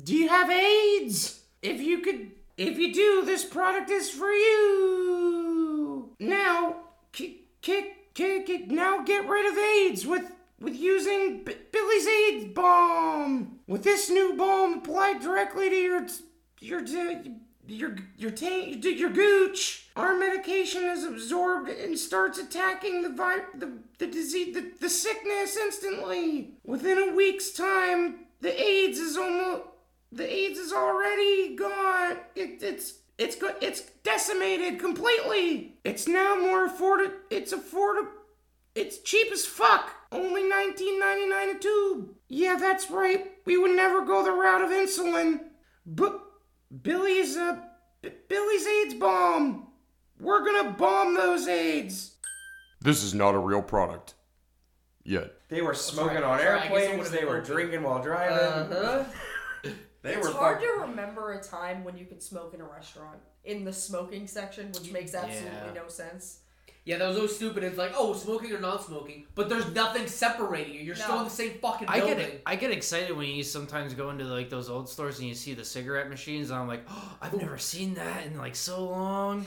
S1: do you have AIDS? If you could, if you do, this product is for you. Now, kick, kick, kick, kick. Now get rid of AIDS with with using B- Billy's AIDS balm. With this new balm applied directly to your t- your t- your your taint your gooch. Our medication is absorbed and starts attacking the vi- the the disease the, the sickness instantly. Within a week's time, the AIDS is almost the AIDS is already gone. It, it's it's go- it's decimated completely. It's now more afforded. It's affordable. It's cheap as fuck. Only $19.99 a tube. Yeah, that's right. We would never go the route of insulin. But Billy's uh, B- Billy's AIDS bomb. We're gonna bomb those AIDS.
S7: This is not a real product. Yet.
S2: They were smoking on
S3: Sorry, I guess it
S2: airplanes.
S3: would've
S2: They
S3: been
S2: were
S3: open.
S2: drinking while driving.
S3: uh-huh.
S2: They
S4: it's
S2: were
S4: hard
S2: fuck-
S4: to remember a time when you could smoke in a restaurant in the smoking section, which makes absolutely
S1: Yeah.
S4: no sense.
S3: yeah, that was so stupid. It's like, oh, smoking or non-smoking, but there's nothing separating you. You're still
S4: No.
S3: in the same fucking
S1: I
S3: building.
S1: get I get excited when you sometimes go into like those old stores and you see the cigarette machines. And I'm like, oh, I've never seen that in like so long.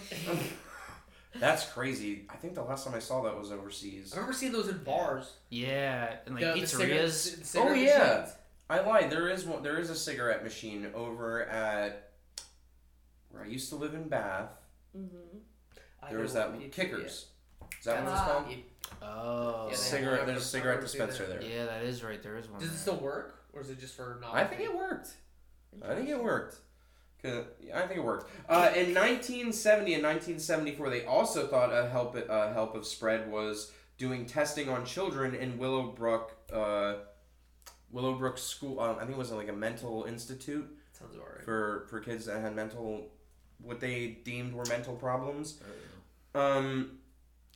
S2: That's crazy. I think the last time I saw that was overseas.
S3: I remember seeing those in bars,
S1: Yeah, and like
S3: The- the cigarettes-
S1: pizzerias.
S3: the cigarette
S2: Oh, yeah.
S3: machines.
S2: I lied. There is one. There is a cigarette machine over at where I used to live in Bath.
S4: Mm-hmm.
S3: I
S2: There
S3: know
S2: was
S3: what
S2: that
S3: it-
S2: Kickers. Is that what it's
S4: Ah.
S2: called?
S3: yeah.
S1: oh,
S3: Yeah, they
S1: yeah,
S2: Cigarette.
S3: have-
S2: There's a cigarette
S3: I've never seen
S2: dispenser
S3: that.
S2: there.
S1: that is right. There is one.
S3: Does it
S1: there.
S3: still work, or is it just for novelty?
S2: I think it worked. I think it worked. 'Cause- I think it worked. Uh, in 1970 and 1974, they also thought a help a help of spread was doing testing on children in Willowbrook, uh, Willowbrook School. Um, I think it was like a mental institute
S3: sounds alright.
S2: for for kids that had mental, what they deemed were mental problems.
S3: Oh,
S2: Um,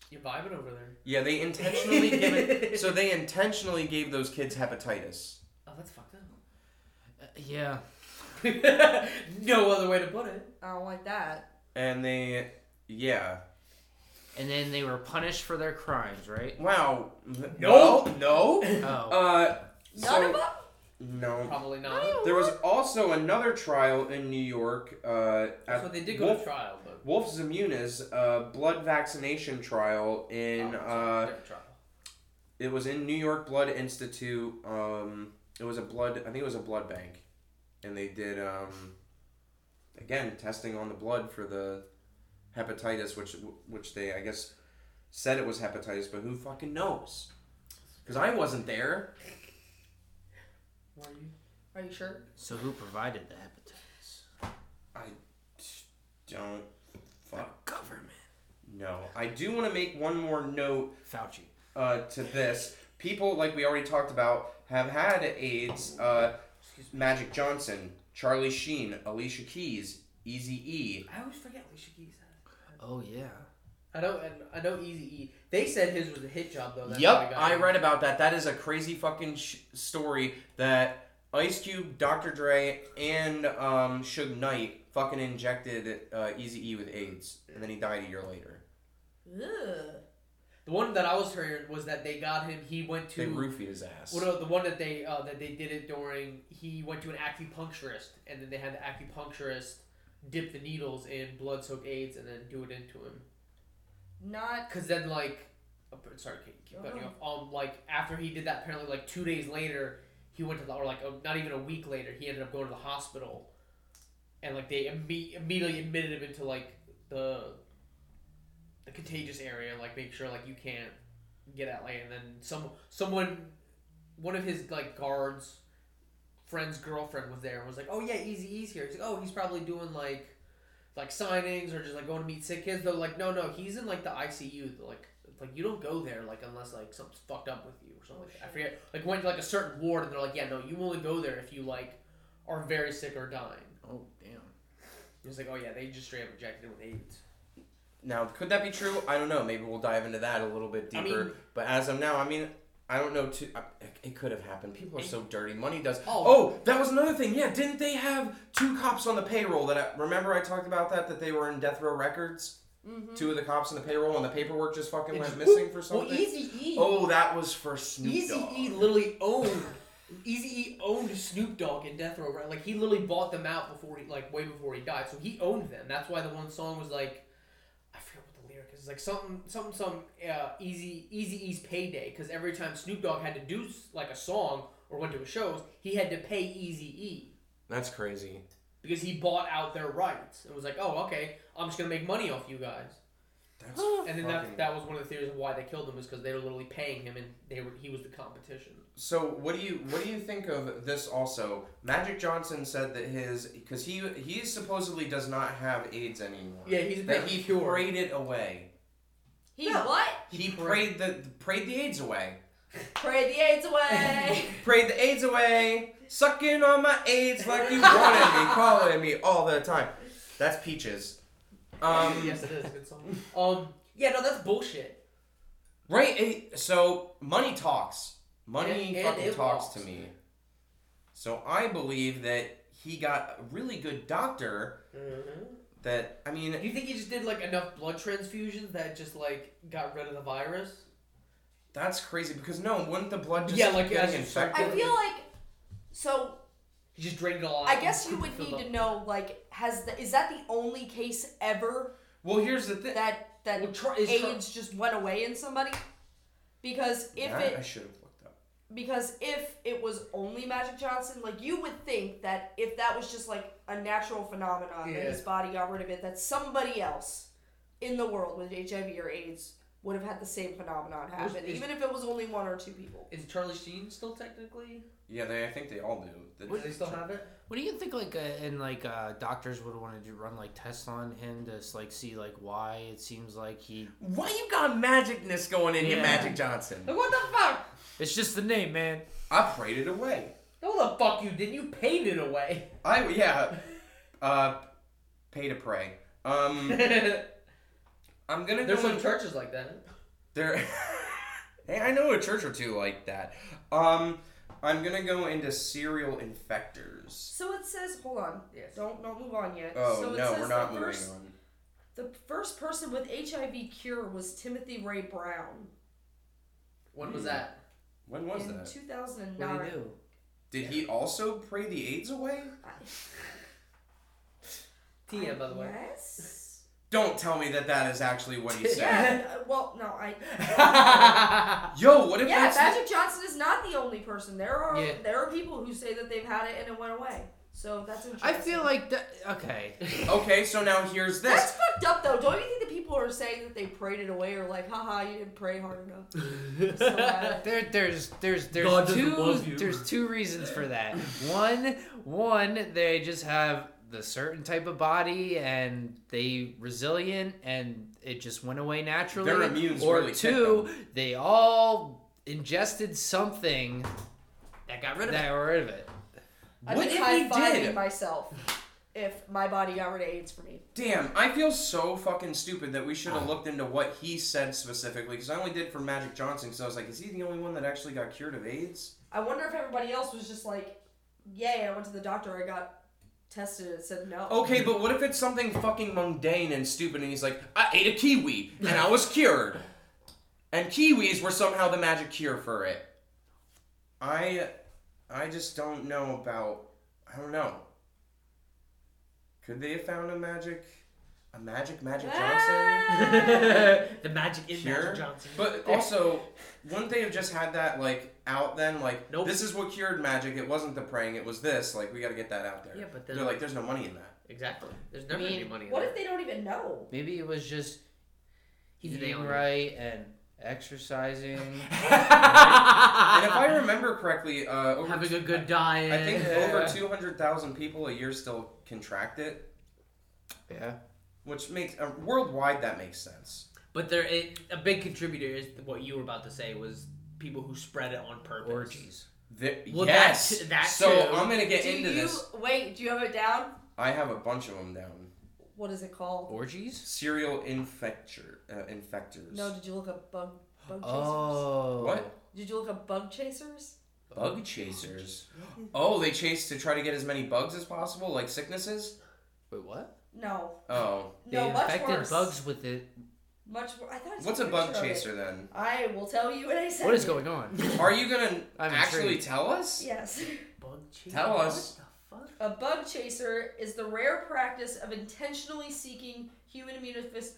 S3: You're vibing over there.
S2: yeah, they intentionally given, so they intentionally gave those kids hepatitis.
S3: Oh, that's fucked
S1: Uh, yeah,
S3: up. no other way to put it.
S4: I don't like that.
S2: And they, yeah,
S1: and then they were punished for their crimes, right?
S2: wow,
S3: No.
S2: no.
S1: Oh,
S2: Uh,
S4: None
S2: so,
S4: of them.
S2: no.
S3: Probably not.
S2: There was also another trial in New York. Uh, at
S3: So they did go to
S2: Wolf,
S3: trial, but
S2: Wolf Zemuna's uh, blood vaccination trial in
S3: Oh,
S2: uh,
S3: different trial.
S2: it was in New York Blood Institute. Um, it was a blood. I think it was a blood bank, and they did um, again testing on the blood for the hepatitis, which which they I guess said it was hepatitis, but who fucking knows? Because I wasn't there.
S3: Were you?
S4: Are you sure?
S1: so who provided the hepatitis?
S2: I don't fuck.
S1: Government.
S2: No, I do want to make one more note
S1: Fauci.
S2: uh, to this. People like we already talked about have had AIDS. Uh, Magic Johnson, Charlie Sheen, Alicia Keys, Easy E.
S3: I always forget Alicia Keys.
S1: Oh yeah.
S3: I know. I know. Easy E. They said his was a hit job though. That's how
S2: Yep,
S3: got
S2: I
S3: him.
S2: read about that. That is a crazy fucking sh- story that Ice Cube, Dr. Dre, and um, Suge Knight fucking injected uh, Easy E with AIDS, and then he died a year later.
S4: Ugh.
S3: The one that I was hearing was that they got him. He went to
S2: They roofied his ass.
S3: Well, no, the one that they uh, that they did it during, he went to an acupuncturist, and then they had the acupuncturist dip the needles in blood-soaked AIDS and then do it into him.
S4: Not.
S3: Cause then, like, oh, sorry, keep, keep cutting you off. Um, like after he did that, apparently, like two days later, he went to the or like a, not even a week later he ended up going to the hospital, and like they imme- immediately admitted him into like the the contagious area, like make sure like you can't get out. Like and then some someone one of his like guards friend's girlfriend was there and was like, "Oh yeah, Easy E's here." He's like, "Oh, he's probably doing like like signings or just like going to meet sick kids." They're like, "No, no, he's in like the ICU. They're like, like you don't go there like unless like something's fucked up with you or something. like that. I forget. Like went to like a certain ward and they're like, "Yeah, no, you only go there if you like are very sick or dying."
S8: Oh damn.
S3: He's like, "Oh yeah, they just straight up injected him with AIDS."
S2: Now, could that be true? I don't know. Maybe we'll dive into that a little bit
S3: I
S2: deeper.
S3: mean-
S2: but as of now, I mean, I don't know. Too, I, it could have happened. People are so dirty. Money does.
S3: Oh.
S2: Oh, that was another thing. Yeah, didn't they have two cops on the payroll? That I, remember I talked about that that they were in death row records.
S3: Mm-hmm.
S2: Two of the cops on the payroll and the paperwork just fucking
S3: It
S2: went
S3: just-
S2: missing for
S3: Well,
S2: something.
S3: Easy E.
S2: Oh, that was for Snoop
S3: Easy
S2: Dogg.
S3: E literally owned Easy E owned Snoop Dogg and Death Row. Right? Like he literally bought them out before he like way before he died. So he owned them. That's why the one song was like I forget what the lyric is. It's like something something some uh, Easy Easy E's payday because every time Snoop Dogg had to do s- like a song or went to a shows, he had to pay Easy E
S2: That's crazy.
S3: because he bought out their rights and was like, oh okay, I'm just gonna make money off you guys.
S2: That's
S3: And then
S2: fucking-
S3: that, that was one of the theories of why they killed him is because they were literally paying him and they were he was the competition.
S2: So what do you what do you think of this also? Magic Johnson said that his because he he supposedly does not have AIDS anymore.
S3: Yeah, he's
S2: that
S3: been
S2: he
S3: cured.
S2: prayed it away.
S4: He what?
S2: He prayed the prayed the AIDS away.
S4: Pray the AIDS away.
S2: Prayed the AIDS away. Sucking on my AIDS like you wanted me, calling me all the time. That's peaches. Um,
S3: yes, it is. Good song. Um, yeah, no, that's bullshit.
S2: Right. it- so money talks. Money
S3: And- and
S2: fucking
S3: it
S2: talks
S3: walks.
S2: to me. So I believe that he got a really good doctor.
S3: Mm-hmm.
S2: That I mean,
S3: Do you think he just did like enough blood transfusions that just like got rid of the virus?
S2: that's crazy because no, wouldn't the blood just
S3: Yeah, like,
S2: get
S3: as
S2: infected?
S4: I feel like so.
S3: He just drained it all out.
S4: I guess you
S3: and
S4: would
S3: filled
S4: need
S3: up.
S4: to know like has the, is that the only case ever
S2: Well, here's the thing.
S4: that that
S3: Well, try- is try-
S4: AIDS just went away in somebody? Because if
S2: That I
S4: it
S2: should have looked up.
S4: because if it was only Magic Johnson, like you would think that if that was just like a natural phenomenon that
S3: Yeah.
S4: his body got rid of it, that somebody else in the world with HIV or AIDS would have had the same phenomenon happen,
S3: is-
S4: even if it was only one or two people.
S3: Is Charlie Sheen still technically?
S2: Yeah, they. I think they all do.
S3: Do they still have it?
S1: What do you think? Like, uh, and like uh, doctors would want to do, run like tests on him to like see like why it seems like he.
S2: Why you got magicness going in
S1: you,
S2: you,
S1: Magic
S2: Magic Johnson?
S3: Like what the fuck?
S1: It's just the name, man.
S2: I prayed it away.
S3: No, the fuck you didn't. You paid it away.
S2: I yeah, uh, pay to pray. Um,
S3: There's
S2: I'm gonna go
S3: some
S2: with-
S3: churches like that.
S2: There, hey, I know a church or two like that. Um, I'm gonna go into serial infectors.
S4: So it says, hold on,
S3: Yes.
S4: don't don't move on yet.
S2: Oh
S4: so it
S2: no,
S4: says
S2: we're not
S4: the
S2: moving
S4: first,
S2: on.
S4: The first person with HIV cure was Timothy Ray Brown
S3: When was that?
S2: When was
S4: in
S2: that?
S4: 2009.
S1: What do you do?
S2: Did he also pray the AIDS away?
S3: TM, by the way.
S4: Yes.
S2: Don't tell me that that is actually what he said.
S4: Yeah. uh, Well, no, I.
S2: Yo, what if
S4: Yeah,
S2: that's the-
S4: Magic Johnson is not the only person. There are
S3: Yeah.
S4: there are people who say that they've had it and it went away. So that's interesting.
S1: I feel like that. Okay.
S2: okay? So now here's this.
S4: that's fucked up though. Don't you think the people who are saying that they prayed it away are like, haha, you didn't pray hard enough. I'm so mad at
S1: There, there's, there's, there's
S3: God doesn't love
S1: two,
S3: you.
S1: there's two reasons for that. One, one, they just have the certain type of body and they resilient, and it just went away naturally.
S2: Their immune's
S1: or
S2: really kicked
S1: two, they all ingested something
S3: That got rid of
S1: that
S3: it.
S1: got rid of it.
S4: I
S2: What
S4: would
S2: if
S4: high
S2: he
S4: fiving
S2: did?
S4: myself if my body got rid of AIDS for me.
S2: Damn, I feel so fucking stupid that we should
S4: Oh.
S2: have looked into what he said specifically because I only did for Magic Johnson. So I was like, is he the only one that actually got cured of AIDS?
S4: I wonder if everybody else was just like, yay, I went to the doctor, I got tested and it said no.
S2: Okay, but what if it's something fucking mundane and stupid and he's like, I ate a kiwi and I was cured. And kiwis were somehow the magic cure for it. I I just don't know about I don't know. Could they have found a magic a
S3: Ah!
S2: magic magic Johnson
S4: Ah!
S3: the magic in
S2: cure?
S3: Magic Johnson.
S2: But also wouldn't they have just had that like out then? Like,
S3: Nope.
S2: this is what cured magic. It wasn't the praying. It was this. Like, we got to get that out there.
S3: Yeah, but then-
S2: they're like, there's no money in that.
S3: Exactly. There's never
S1: I mean,
S3: any money in
S4: What
S3: that.
S4: if they don't even know?
S1: Maybe it was just
S3: He's an
S1: eating
S3: alien.
S1: right and exercising.
S2: And if I remember correctly, uh, over
S3: Having a good diet.
S2: I think
S1: Yeah.
S2: over two hundred thousand people a year still contract it,
S1: yeah.
S2: which makes uh, worldwide that makes sense.
S3: But there, it, a big contributor is what you were about to say was people who spread it on purpose.
S1: Orgies.
S2: The-
S3: Well,
S2: yes.
S3: that- that
S2: so
S3: too.
S2: I'm gonna get
S4: do
S2: into
S4: you
S2: this.
S4: wait? Do you have it down?
S2: I have a bunch of them down.
S4: What is it called?
S1: Orgies?
S2: Serial infector, uh, infectors.
S4: No, did you look up bug bug chasers?
S1: Oh.
S2: What?
S4: Did you look up bug chasers?
S2: Bug chasers. Oh, they chase to try to get as many bugs as possible, like sicknesses.
S1: Wait, what?
S4: No,
S2: Oh,
S4: no,
S1: they
S4: much
S1: infected
S4: worse.
S1: bugs with it.
S4: Much worse. I thought. it
S2: what's a
S4: was
S2: bug
S4: picture of it.
S2: chaser then?
S4: I will tell you in a second.
S1: What is going on?
S2: Are you gonna
S1: I'm
S2: actually
S1: intrigued.
S2: tell us?
S4: Yes,
S3: Bug cheese.
S2: Tell us.
S3: What the fuck?
S4: a bug chaser is the rare practice of intentionally seeking human immunofis-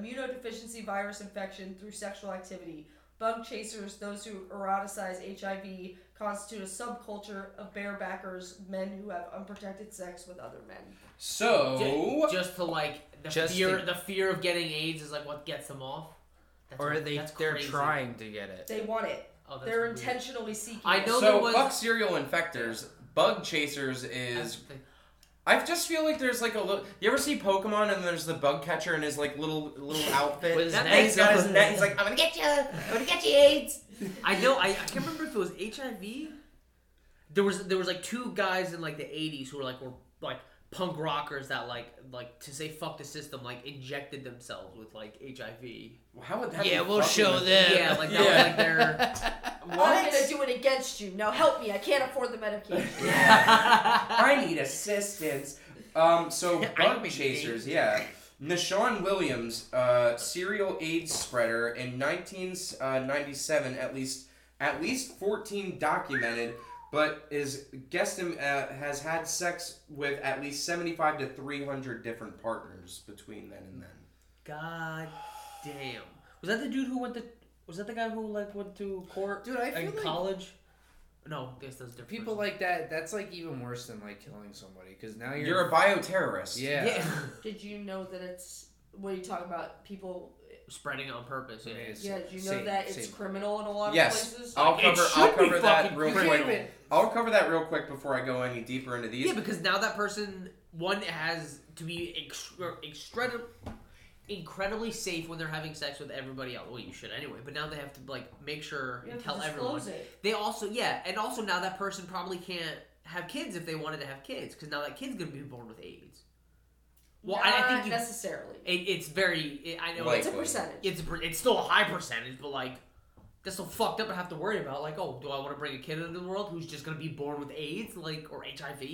S4: immunodeficiency virus infection through sexual activity. Bug chasers, those who eroticize HIV, constitute a subculture of barebackers, men who have unprotected sex with other men.
S2: So
S3: Ju- Just to like the
S1: Oh. Just
S3: fear,
S1: to-
S3: the fear of getting AIDS is like what gets them off. That's
S1: or
S3: what-
S1: they
S3: that's
S1: they're
S3: crazy.
S1: trying to get it.
S4: They want it.
S3: Oh, that's
S4: They're
S3: weird.
S4: intentionally seeking.
S3: I
S4: it.
S3: know
S2: so
S3: there was-
S2: fuck serial infectors. Bug chasers
S3: That's
S2: is.
S3: the thing.
S2: I just feel like there's like a little. You ever see Pokemon and there's the bug catcher in his like little little outfit.
S1: With his
S2: that
S1: net.
S2: thing's got his net. He's like, I'm gonna get you. I'm gonna get you AIDS.
S3: I know. I, I can't remember if it was HIV. There was there was like two guys in like the '80s who were like were like punk rockers that like like to say fuck the system like injected themselves with like HIV.
S2: How would that?
S1: Yeah,
S2: be
S1: we'll
S2: fucking
S1: show
S2: with-
S1: them.
S3: Yeah, like that was like their.
S4: I'm gonna do it against you. Now help me. I can't afford the medication.
S2: I need assistance. Um, so
S3: I
S2: bug
S3: need
S2: chasers, yeah. Nashawn Williams, uh, serial AIDS spreader, in 1997, at least at least 14 documented, but is guessed him uh, has had sex with at least 75 to 300 different partners between then and then.
S3: God damn. Was that the dude who went to? Was that the guy who like went to court?
S1: Dude, I
S3: in
S1: feel like-
S3: college. No, I guess those different.
S1: People like that. That's like even worse than like killing somebody because now you're.
S2: You're a bioterrorist.
S1: yeah.
S3: yeah.
S4: Did you know that it's what are you talking about? People
S3: Spreading it on purpose.
S1: I mean,
S3: Yeah.
S1: it's
S4: yeah, did you know
S1: same-
S4: that it's
S1: same.
S4: criminal in a lot
S2: Yes,
S4: of places?
S2: I'll
S3: It
S2: cover.
S3: should
S2: I'll
S3: be
S2: cover that
S3: fucking
S2: real
S1: You can't
S2: quick.
S1: even-
S2: I'll cover that real quick before I go any deeper into these.
S3: Yeah, because now that person one has to be extra, extra incredibly safe when they're having sex with everybody else. Well, you should anyway, but now they have to like make sure
S4: You
S3: and
S4: have to
S3: tell everyone.
S4: disclose it.
S3: They also yeah, and also now that person probably can't have kids if they wanted to have kids because now that kid's gonna be born with AIDS. Well,
S4: Not
S3: I, I think you,
S4: necessarily.
S3: it, it's very. It, I know
S2: Like-
S4: it's a percentage.
S3: it's a per- it's still a high percentage, but like that's so fucked up to have to worry about. Like, oh, do I want to bring a kid into the world who's just gonna be born with AIDS, like or HIV?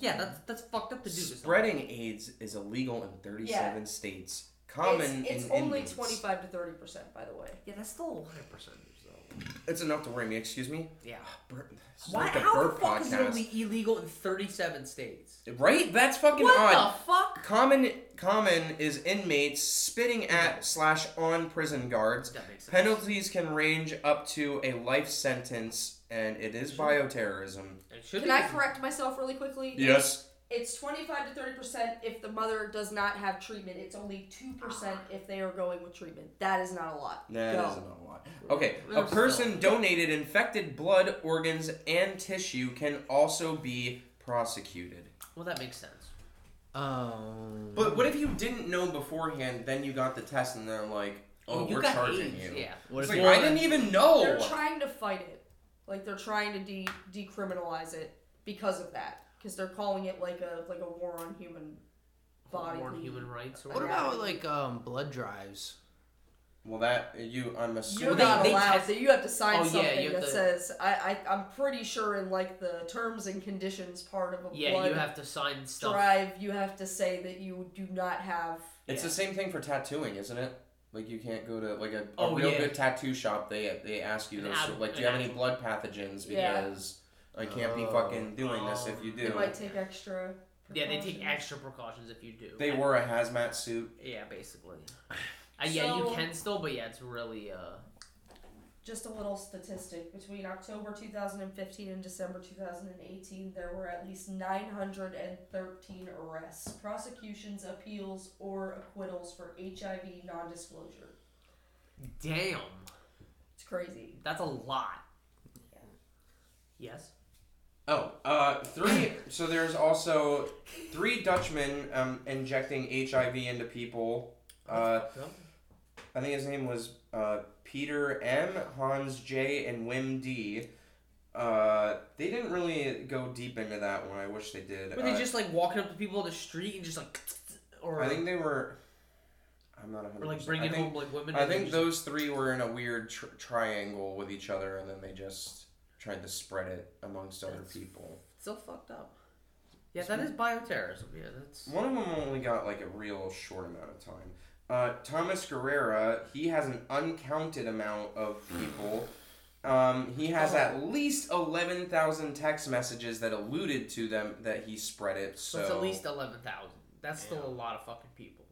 S3: Yeah, that's that's fucked up to do. to someone.
S2: Spreading AIDS is illegal in 37 states. Common
S4: it's, it's
S2: in
S4: only
S2: Indians.
S4: twenty five to thirty percent, by the way.
S3: Yeah, that's still a high percentage though.
S2: It's enough to worry me. Excuse me.
S3: Yeah.
S2: Bur- this is
S3: Why?
S2: like the
S3: How the
S2: burp
S3: fuck is it
S2: podcast.
S3: only illegal in thirty-seven states?
S2: Right? That's fucking
S3: What
S2: odd.
S3: the fuck?
S2: Common common is inmates spitting at slash on prison guards.
S3: That makes sense.
S2: Penalties can range up to a life sentence, and it is bioterrorism.
S3: It should
S4: Can
S3: be.
S4: I correct myself really quickly?
S2: Yes.
S4: It's twenty five to thirty percent if the mother does not have treatment. It's only two percent if they are going with treatment. That is not a lot.
S2: That
S4: Go.
S2: is not a lot. Okay, a
S3: There's
S2: person donated infected blood, organs, and tissue can also be prosecuted.
S3: well, that makes sense.
S1: Um.
S2: But what if you didn't know beforehand? Then you got the test, and they're like, "Oh,
S3: you
S2: we're
S3: got
S2: charging
S3: AIDS.
S2: you."
S3: Yeah.
S1: What
S2: It's
S1: if
S2: like,
S1: you-
S2: I didn't even know.
S4: They're trying to fight it. Like they're trying to de- decriminalize it because of that. Because they're calling it like a like a war on human body.
S3: Born human rights. Or
S1: What about like um blood drives?
S2: Well, that you, I'm assuming.
S3: Well,
S4: You're
S3: they-
S4: not
S3: they
S4: allowed.
S3: test-
S4: So you have to
S3: Oh,
S4: sign
S3: yeah,
S4: something
S3: you have
S4: that
S3: to-
S4: says I, I I'm pretty sure in like the terms and conditions part of a
S3: Yeah,
S4: blood
S3: you have to sign stuff.
S4: drive you have to say that you do not have.
S2: it's
S3: yeah.
S2: the same thing for tattooing, isn't it? Like you can't go to like a, a
S3: Oh,
S2: real
S3: yeah.
S2: good tattoo shop. They they ask you
S3: An
S2: those
S3: ab-
S2: sort of, like, do
S3: an
S2: you have any
S3: ab-
S2: blood pathogens?
S4: Yeah.
S2: Because I can't be
S1: Oh.
S2: fucking doing this if you
S4: It
S3: Oh,
S2: do.
S4: might take extra.
S3: Yeah, they take
S4: precautions.
S3: extra precautions if you do.
S2: They
S3: And-
S2: wore a hazmat suit.
S3: Yeah, basically. Uh, yeah, you
S4: So-
S3: can still, but yeah, it's really uh.
S4: Just a little statistic. Between October 2015 and December 2018, there were at least 913 arrests, prosecutions, appeals, or acquittals for HIV non disclosure.
S3: Damn,
S4: It's crazy.
S3: that's a lot.
S4: Yeah.
S3: Yes.
S2: Oh, uh, three. so there's also three Dutchmen um, injecting HIV into people. Uh, I think his name was uh, Peter M, Hans J, and Wim D. Uh, they didn't really go deep into that one. I wish they did.
S3: Were
S2: Uh,
S3: they just like walking up to people on the street and just like, or
S2: I think they were. I'm not 100.
S3: or like bringing
S2: I think,
S3: home like women?
S2: I
S3: and
S2: think
S3: just-
S2: those three were in a weird tr- triangle with each other, and then they just tried to spread it amongst other
S3: That's-
S2: people.
S3: Still fucked up. Yeah, that is bioterrorism. Yeah, that's.
S2: One of them only got like a real short amount of time. Uh, Thomas Guerrera, he has an uncounted amount of people. Um, he has
S3: Oh.
S2: at least eleven thousand text messages that alluded to them that he spread it.
S3: So
S2: So
S3: it's at least eleven thousand. That's still a lot of fucking people.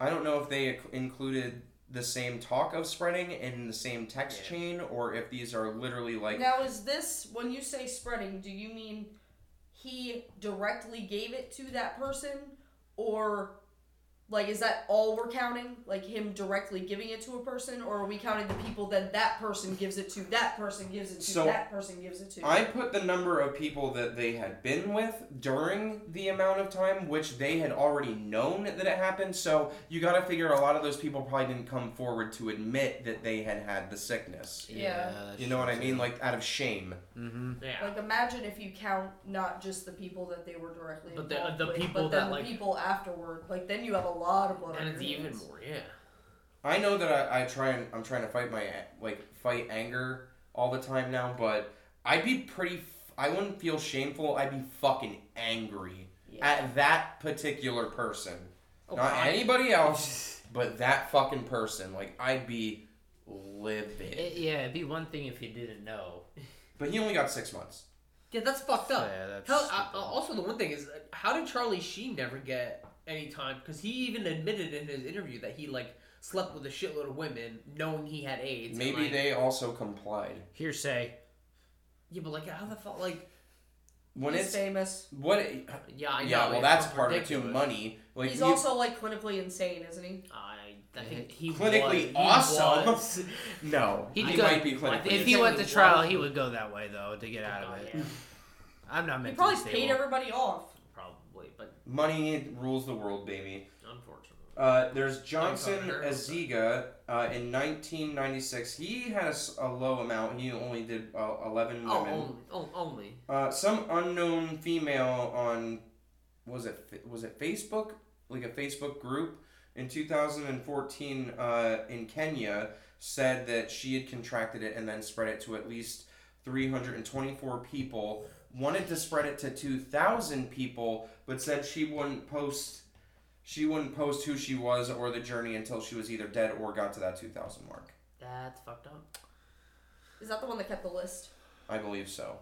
S2: I don't know if they inc- included the same talk of spreading in the same text
S3: Yeah.
S2: chain, or if these are literally like
S4: Now, is this, when you say spreading, do you mean he directly gave it to that person? Or, like, is that all we're counting? Like, him directly giving it to a person? Or are we counting the people that that person gives it to, that person gives it to,
S2: So,
S4: that person gives it to?
S2: I put the number of people that they had been with during the amount of time which they had already known that it happened. So you got to figure a lot of those people probably didn't come forward to admit that they had had the sickness.
S4: Yeah.
S2: You know what I mean? Like out of shame.
S1: Mm-hmm.
S3: Yeah.
S4: Like imagine if you count not just the people that they were directly
S3: But the-
S4: involved
S3: the
S4: with,
S3: people
S4: but then
S3: that,
S4: the
S3: like-
S4: people afterward. Like then you have a lot of blood. on
S3: and it's
S4: your
S3: even
S4: hands.
S3: more. Yeah.
S2: I know that I, I try and I'm trying to fight my a- like fight anger all the time now, but I'd be pretty. F- I wouldn't feel shameful. I'd be fucking angry
S4: Yeah.
S2: at that particular person,
S3: Oh,
S2: not
S3: God.
S2: anybody else, but that fucking person. Like I'd be livid.
S8: It, yeah, it'd be one thing if you didn't know.
S2: but he only got six months.
S3: Yeah, that's fucked up.
S8: Yeah, that's
S3: How,
S8: stupid.
S3: uh, uh, also, the one thing is, uh, how did Charlie Sheen never get any time? Because he even admitted in his interview that he like slept with a shitload of women, knowing he had AIDS. and,
S2: Maybe
S3: like-
S2: they also complied.
S8: Hearsay.
S3: Yeah, but like, how the fuck? Like,
S2: When
S4: He's
S2: it's
S4: famous.
S2: what?
S3: yeah, I know,
S2: yeah, well,
S3: it's
S2: that's
S3: fucking
S2: part of it too.
S3: ridiculous.
S2: Money. Like
S4: He's
S2: you-
S4: also like clinically insane, isn't he?
S3: I, I think he
S2: Clinically
S3: was, he
S2: awesome.
S3: was.
S2: no, he
S8: He'd go-
S2: might be
S3: I
S2: clinically.
S3: think
S8: If he
S3: Yeah,
S8: went to
S3: he
S8: trial,
S3: was.
S8: he would go that way though to get out
S3: Oh,
S8: of it.
S3: yeah,
S8: I'm not
S4: He
S8: mentally
S4: probably
S8: stable.
S4: paid everybody off.
S3: probably, but
S2: Money rules the world, baby.
S3: unfortunately.
S2: Uh, there's Johnson
S3: Uncovered.
S2: Aziga uh, in 1996. He has a low amount. He only did uh, 11
S3: Oh,
S2: women.
S3: only, oh, only.
S2: Uh, some unknown female on was it Fa- was it Facebook like a Facebook group in 2014 uh, in Kenya said that she had contracted it and then spread it to at least 324 people. Wanted to spread it to 2,000 people, but said she wouldn't post. She wouldn't post who she was or the journey until she was either dead or got to that 2,000 mark.
S3: That's fucked up.
S4: Is that the one that kept the list?
S2: I believe so.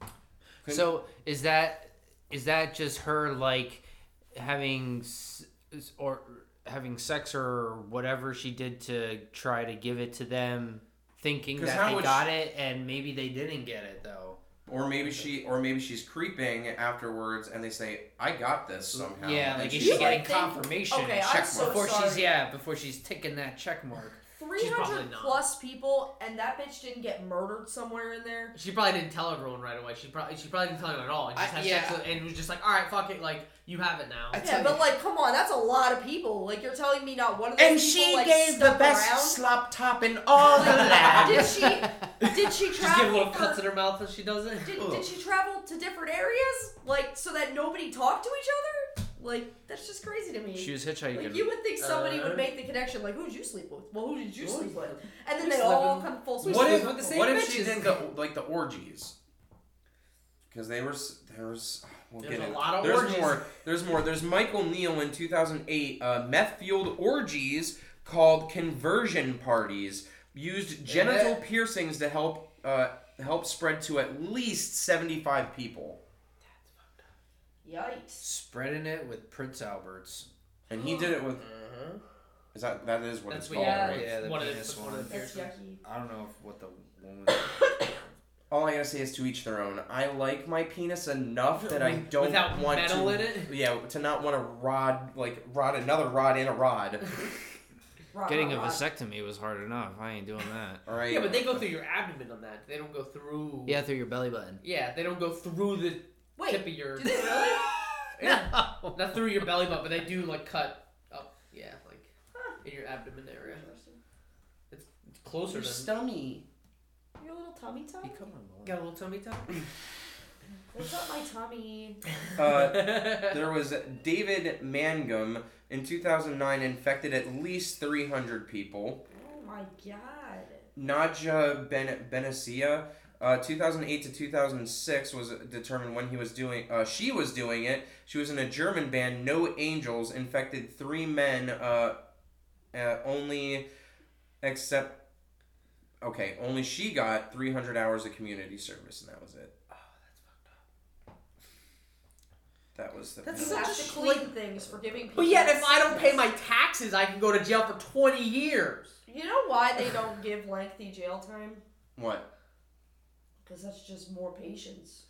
S2: Couldn't-
S8: So is that is that just her like having s- or having sex or whatever she did to try to give it to them, thinking
S2: 'Cause
S8: that
S2: how
S8: they
S2: would
S8: got it and maybe they didn't get it though.
S2: Or maybe she, or maybe she's creeping afterwards, and they say, "I got this somehow."
S8: yeah,
S2: And
S8: like
S2: she-
S8: is
S4: You
S8: she getting
S4: like think-
S8: confirmation
S4: Okay, I'm
S2: check
S4: so
S8: before
S4: Oh, sorry.
S8: she's yeah before she's ticking that check mark?
S4: Three
S3: probably
S4: hundred
S3: not.
S4: plus people, and that bitch didn't get murdered somewhere in there.
S3: She probably didn't tell everyone right away. She probably she probably didn't tell anyone at all. And just
S8: I-
S3: had
S8: yeah.
S3: sex with, and was just like, all right, fuck it, like you have it now.
S4: yeah, but like, come on, that's a lot of people. Like, you're telling me not one of those
S5: And
S4: people,
S5: she
S4: like,
S5: gave the
S4: stuck
S5: best
S4: around?
S5: slop top in all the land.
S4: Did she? Did she
S3: Just give
S4: travel?
S3: little
S4: for-
S3: cuts in her mouth as she does it.
S4: Did, did she travel to different areas, like so that nobody talked to each other? Like that's just crazy to me.
S1: She was hitchhiking.
S4: like you would think somebody
S3: Uh,
S4: would make the connection, like who'd you sleep with? Well, who did you
S3: Who
S4: sleep
S3: was-
S4: with? And then
S3: who
S4: they
S3: slept
S4: all
S3: with-
S4: come full circle.
S2: what if
S3: with the same
S2: what if she
S3: bitches.
S2: did the like the orgies? Because they were s- there was we'll
S3: There's
S2: get
S3: a
S2: into-
S3: lot of
S2: there's
S3: orgies.
S2: more there's more there's Michael Neal in 2008 uh, meth fueled orgies called conversion parties used genital piercings to help uh, help spread to at least 75 people
S4: Yikes!
S1: Spreading it with Prince Albert's.
S2: and he did it with Is that that is what
S3: Mm-hmm. That's
S2: it's
S3: what
S2: called?
S3: yeah,
S2: right?
S9: Yeah, the
S3: one, of the,
S9: penis
S3: one of
S9: one.
S3: the
S4: That's
S3: piercings.
S4: yucky.
S9: I don't know if what the woman.
S2: All I gotta say is to each their own. I like my penis enough that I don't
S3: Without
S2: want
S3: metal
S2: to,
S3: in it?
S2: Yeah, to not want to rod like rod another rod in a rod.
S4: Rah,
S1: Getting
S4: rah,
S1: a
S4: rah.
S1: vasectomy was hard enough. I ain't doing that.
S2: All right.
S3: Yeah, but they go through your abdomen on that. They don't go through.
S1: Yeah, through your belly button.
S3: Yeah, they don't go through the
S4: Wait,
S3: tip of your.
S4: do they really?
S1: No.
S3: Not through your belly button, but they do like cut up. Yeah, like in your abdomen area. It's closer than.
S2: stummy.
S4: Your little tummy tummy?
S3: Got a little tummy tuck.
S4: What's up, my tummy?
S2: Uh, there was David Mangum in 2009 infected at least 300 people.
S4: Oh my god.
S2: Naja ben- Benesia, uh, 2008 to 2006 was determined when he was doing. Uh, she was doing it. She was in a German band, No Angels, infected three men. Uh, uh, only, except. Okay, only she got 300 hours of community service, and that was it. That was the.
S4: You have to
S3: like-
S4: clean things for giving people.
S3: But yet, if I don't pay
S4: access.
S3: my taxes, I can go to jail for 20 years.
S4: You know why they don't give lengthy jail time?
S2: What?
S4: Because that's just more patience.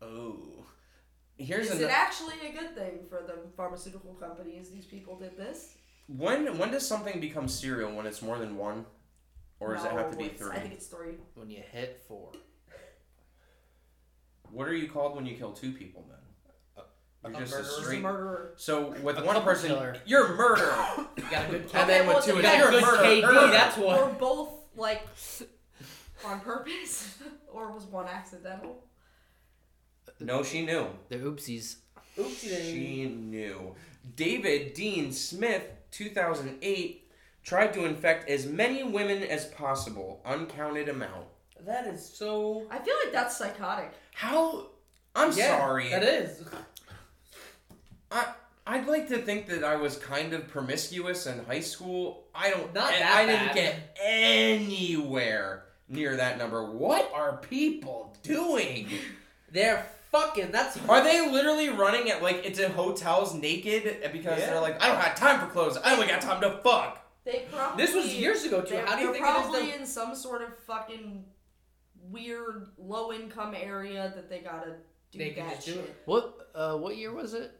S2: Oh. Here's
S4: Is
S2: an-
S4: it actually a good thing for the pharmaceutical companies? These people did this.
S2: when when does something become serial when it's more than one? Or does it have to
S4: No,
S2: be
S4: it's-
S2: three?
S4: I think it's three.
S1: When you hit four.
S2: What are you called when you kill two people then? You're just a
S3: murderer.
S4: Just a
S2: straight.
S4: murderer.
S2: So with
S1: A
S2: one
S1: couple
S2: person,
S1: killer.
S2: you're a murderer,
S3: You got a good
S2: and then
S4: well,
S2: with
S4: it's a
S2: two,
S3: You
S2: it's
S3: got
S4: bad
S2: you're
S3: a
S2: a
S3: good
S2: murderer.
S3: KD, that's
S4: Or
S3: what.
S4: both, like, on purpose, or was one accidental?
S2: No, she knew.
S1: The oopsies.
S2: She knew. David Dean Smith, 2008, tried to infect as many women as possible, uncounted amount.
S3: That is so.
S4: I feel like that's psychotic.
S2: How? I'm
S3: Yeah,
S2: sorry.
S3: That is.
S2: I I'd like to think that I was kind of promiscuous in high school. I don't.
S3: Not
S2: I,
S3: that
S2: I didn't
S3: bad.
S2: get anywhere near that number. What are people doing?
S3: They're fucking. That's.
S2: Are they literally running at like into hotels naked because
S3: Yeah.
S2: they're like, I don't have time for clothes. I only got time to fuck.
S4: They probably
S3: This was years ago, too.
S4: They're,
S3: How do you
S4: they're
S3: think
S4: probably
S3: it is?
S4: in some sort of fucking weird low income area that they gotta do
S3: They can
S4: that
S3: just do
S4: shit.
S3: it.
S1: What uh what year was it?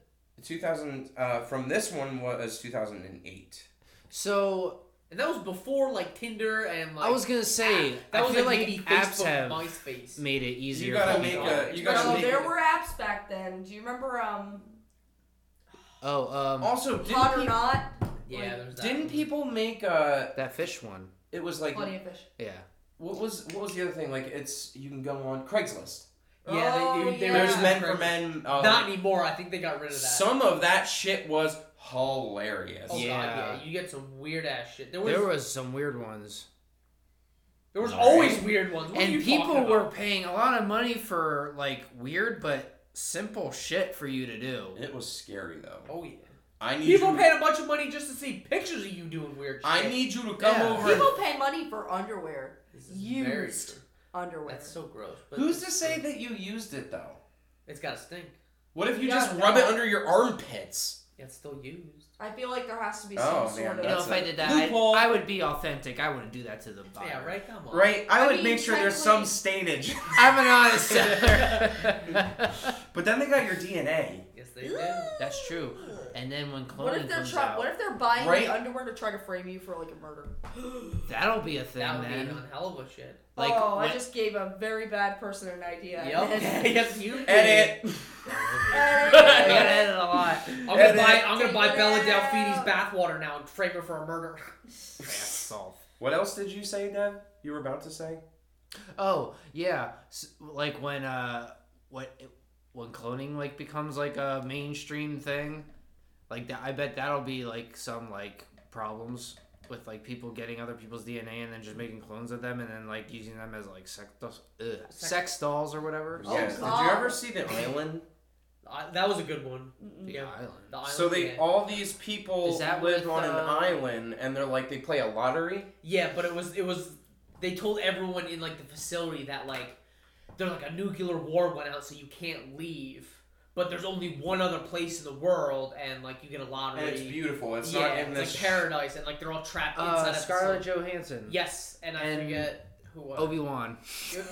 S2: 2000 uh, from this one was 2008.
S1: So
S3: That, and that was before, like, Tinder and, like. ah,
S1: I was gonna say
S3: that
S1: I
S3: was
S1: feel
S3: like,
S1: like
S3: maybe
S1: apps
S3: Facebook,
S1: have
S3: MySpace.
S1: made it easier.
S2: You gotta
S1: for
S2: make
S1: people.
S2: a. You gotta
S4: No,
S2: make.
S4: oh, there were apps back then. Do you remember um
S1: Oh, um,
S2: also, didn't,
S4: Hot or
S2: peop-
S4: Not?
S3: Yeah, there's that.
S2: didn't people make uh?
S1: that fish one.
S2: It was like
S4: Plenty of fish.
S1: Yeah.
S2: what was what was the other thing? Like it's you can go on Craigslist.
S3: Yeah, they,
S4: Oh,
S3: they, they
S4: yeah.
S3: were
S2: There's
S3: just
S2: men for
S3: crazy.
S2: men. Uh,
S3: Not anymore. I think they got rid of that.
S2: Some of that shit was hilarious.
S3: Oh, God,
S1: Yeah.
S3: yeah. You get some weird ass shit. There was,
S1: There was some weird ones.
S3: there was
S2: Right.
S3: always weird ones. What are
S1: and
S3: you talking
S1: people were
S3: about?
S1: paying a lot of money for like weird but simple shit for you to do.
S2: It was scary though.
S3: Oh, yeah.
S2: I need
S3: People
S2: you.
S3: paid a bunch of money just to see pictures of you doing weird shit.
S2: I need you to come
S1: Yeah.
S2: over.
S4: People pay money for underwear.
S3: This is very
S4: Used
S3: true.
S4: underwear.
S3: That's so gross. But
S2: Who's to say that you used it though?
S3: It's gotta stink.
S2: What if you
S4: Yeah,
S2: just
S4: no.
S2: rub it under your armpits?
S3: Yeah, It's still used.
S4: I feel like there has to be some
S2: Oh,
S4: sort
S2: man,
S4: of
S1: you know,
S2: that's
S1: if
S2: a
S1: I did that, I,
S2: loophole.
S1: I would be authentic. I wouldn't do that to the buyer.
S3: Yeah, right. Come on.
S2: Right. I,
S4: I
S2: would
S4: mean,
S2: make sure there's some stainage.
S1: I'm an honest seller.
S2: but then they got your DNA.
S3: Yes, they do.
S1: That's true. And then when cloning
S4: What if they're
S1: comes
S4: try-
S1: out,
S4: what if they're buying
S2: Right.
S4: the underwear to try to frame you for like a murder?
S1: that'll be a thing
S3: That would
S1: then.
S3: be one hell of a shit.
S1: Like
S4: oh,
S1: when,
S4: I just gave a very bad person an idea.
S3: Yep. yes, you. did.
S2: Edit.
S1: I gotta
S4: Hey.
S1: edit a lot.
S3: I'm gonna
S2: Edit.
S3: buy. I'm gonna buy
S4: Take it
S3: Bella
S4: out.
S3: Delphini's bathwater now and frame her for a murder.
S1: Assault.
S2: What else did you say, Dev? You were about to say?
S1: Oh yeah, S- like when uh, what when cloning like becomes like a mainstream thing, like that. I bet that'll be like some like problems with like people getting other people's DNA and then just making clones of them and then like using them as like sex dolls, ugh, sex dolls or whatever.
S4: Oh,
S2: yes. Did
S4: God.
S2: you ever see the island?
S3: I, that was a good one.
S1: The
S3: Yeah.
S1: island.
S3: The island,
S2: So they
S3: yeah.
S2: all these people
S1: Is that
S2: live
S1: with,
S2: on an
S1: uh,
S2: island, and they're like they play a lottery.
S3: Yeah, but it was it was they told everyone in like the facility that like they're like a nuclear war went out, so you can't leave. but there's only one other place in the world, and like you get a lottery.
S2: And it's beautiful. It's
S3: yeah,
S2: not in
S3: it's
S2: this.
S3: like paradise, and like they're all trapped inside.
S8: Uh,
S3: a
S8: Scarlett
S3: facility.
S8: Johansson.
S3: Yes, and I
S8: And
S3: forget who was.
S8: Obi Wan.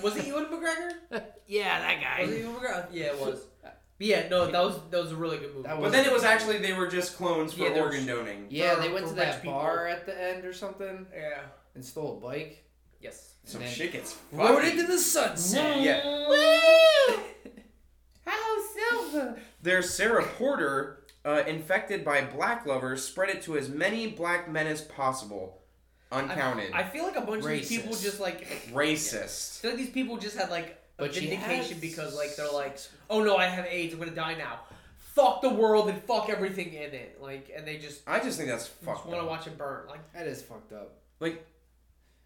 S3: was it Ewan McGregor?
S8: Yeah, that guy.
S3: Was it Ewan McGregor? Yeah, it was. But yeah, no, that was that was a really good movie.
S8: That
S2: but then it was actually they were just clones for
S3: Yeah, they're-
S2: organ donating.
S8: Yeah,
S3: For-
S8: they went
S3: for
S8: to
S3: rich
S8: that
S3: people.
S8: bar at the end or something
S3: yeah.
S8: and stole a bike.
S3: Yes.
S2: Some
S8: And then-
S2: shit gets
S8: Rode
S2: fucking-
S8: into the sunset.
S2: Yeah.
S8: Woo!
S2: There's Sarah Porter, uh, infected by black lovers, spread it to as many black men as possible, uncounted.
S3: I feel like a bunch of these people
S8: Racist.
S3: just like. I
S2: Racist.
S3: feel like these people just had like a
S8: But she
S3: vindication
S8: has-
S3: because like they're like, oh no, I have AIDS, I'm gonna die now. Fuck the world and fuck everything in it. Like, and they just
S2: I just think that's
S3: just
S2: fucked
S3: want to
S2: up.
S3: watch it burn. Like,
S8: That is fucked up.
S2: Like,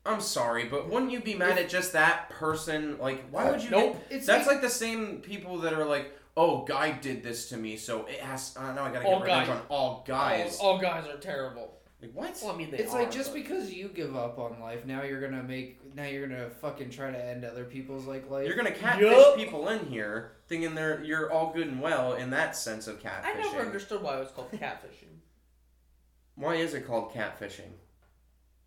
S2: I'm sorry, but wouldn't you be mad at just that person? Like, why would you?
S3: Uh, Nope.
S8: It's
S2: That's like the same people that are like, "Oh, guy did this to me, so it has." Uh, now I gotta get
S3: All
S2: revenge
S3: guys.
S2: on all guys."
S3: all, all guys are terrible.
S2: Like, what?
S3: Well, I mean, they
S8: it's like
S3: are,
S8: just
S3: but-
S8: because you give up on life, now you're gonna make now you're gonna fucking try to end other people's like life.
S2: You're gonna catfish
S3: Yup.
S2: people in here, thinking they're you're all good and well in that sense of catfishing.
S3: I never understood why it was called catfishing.
S2: Why is it called catfishing?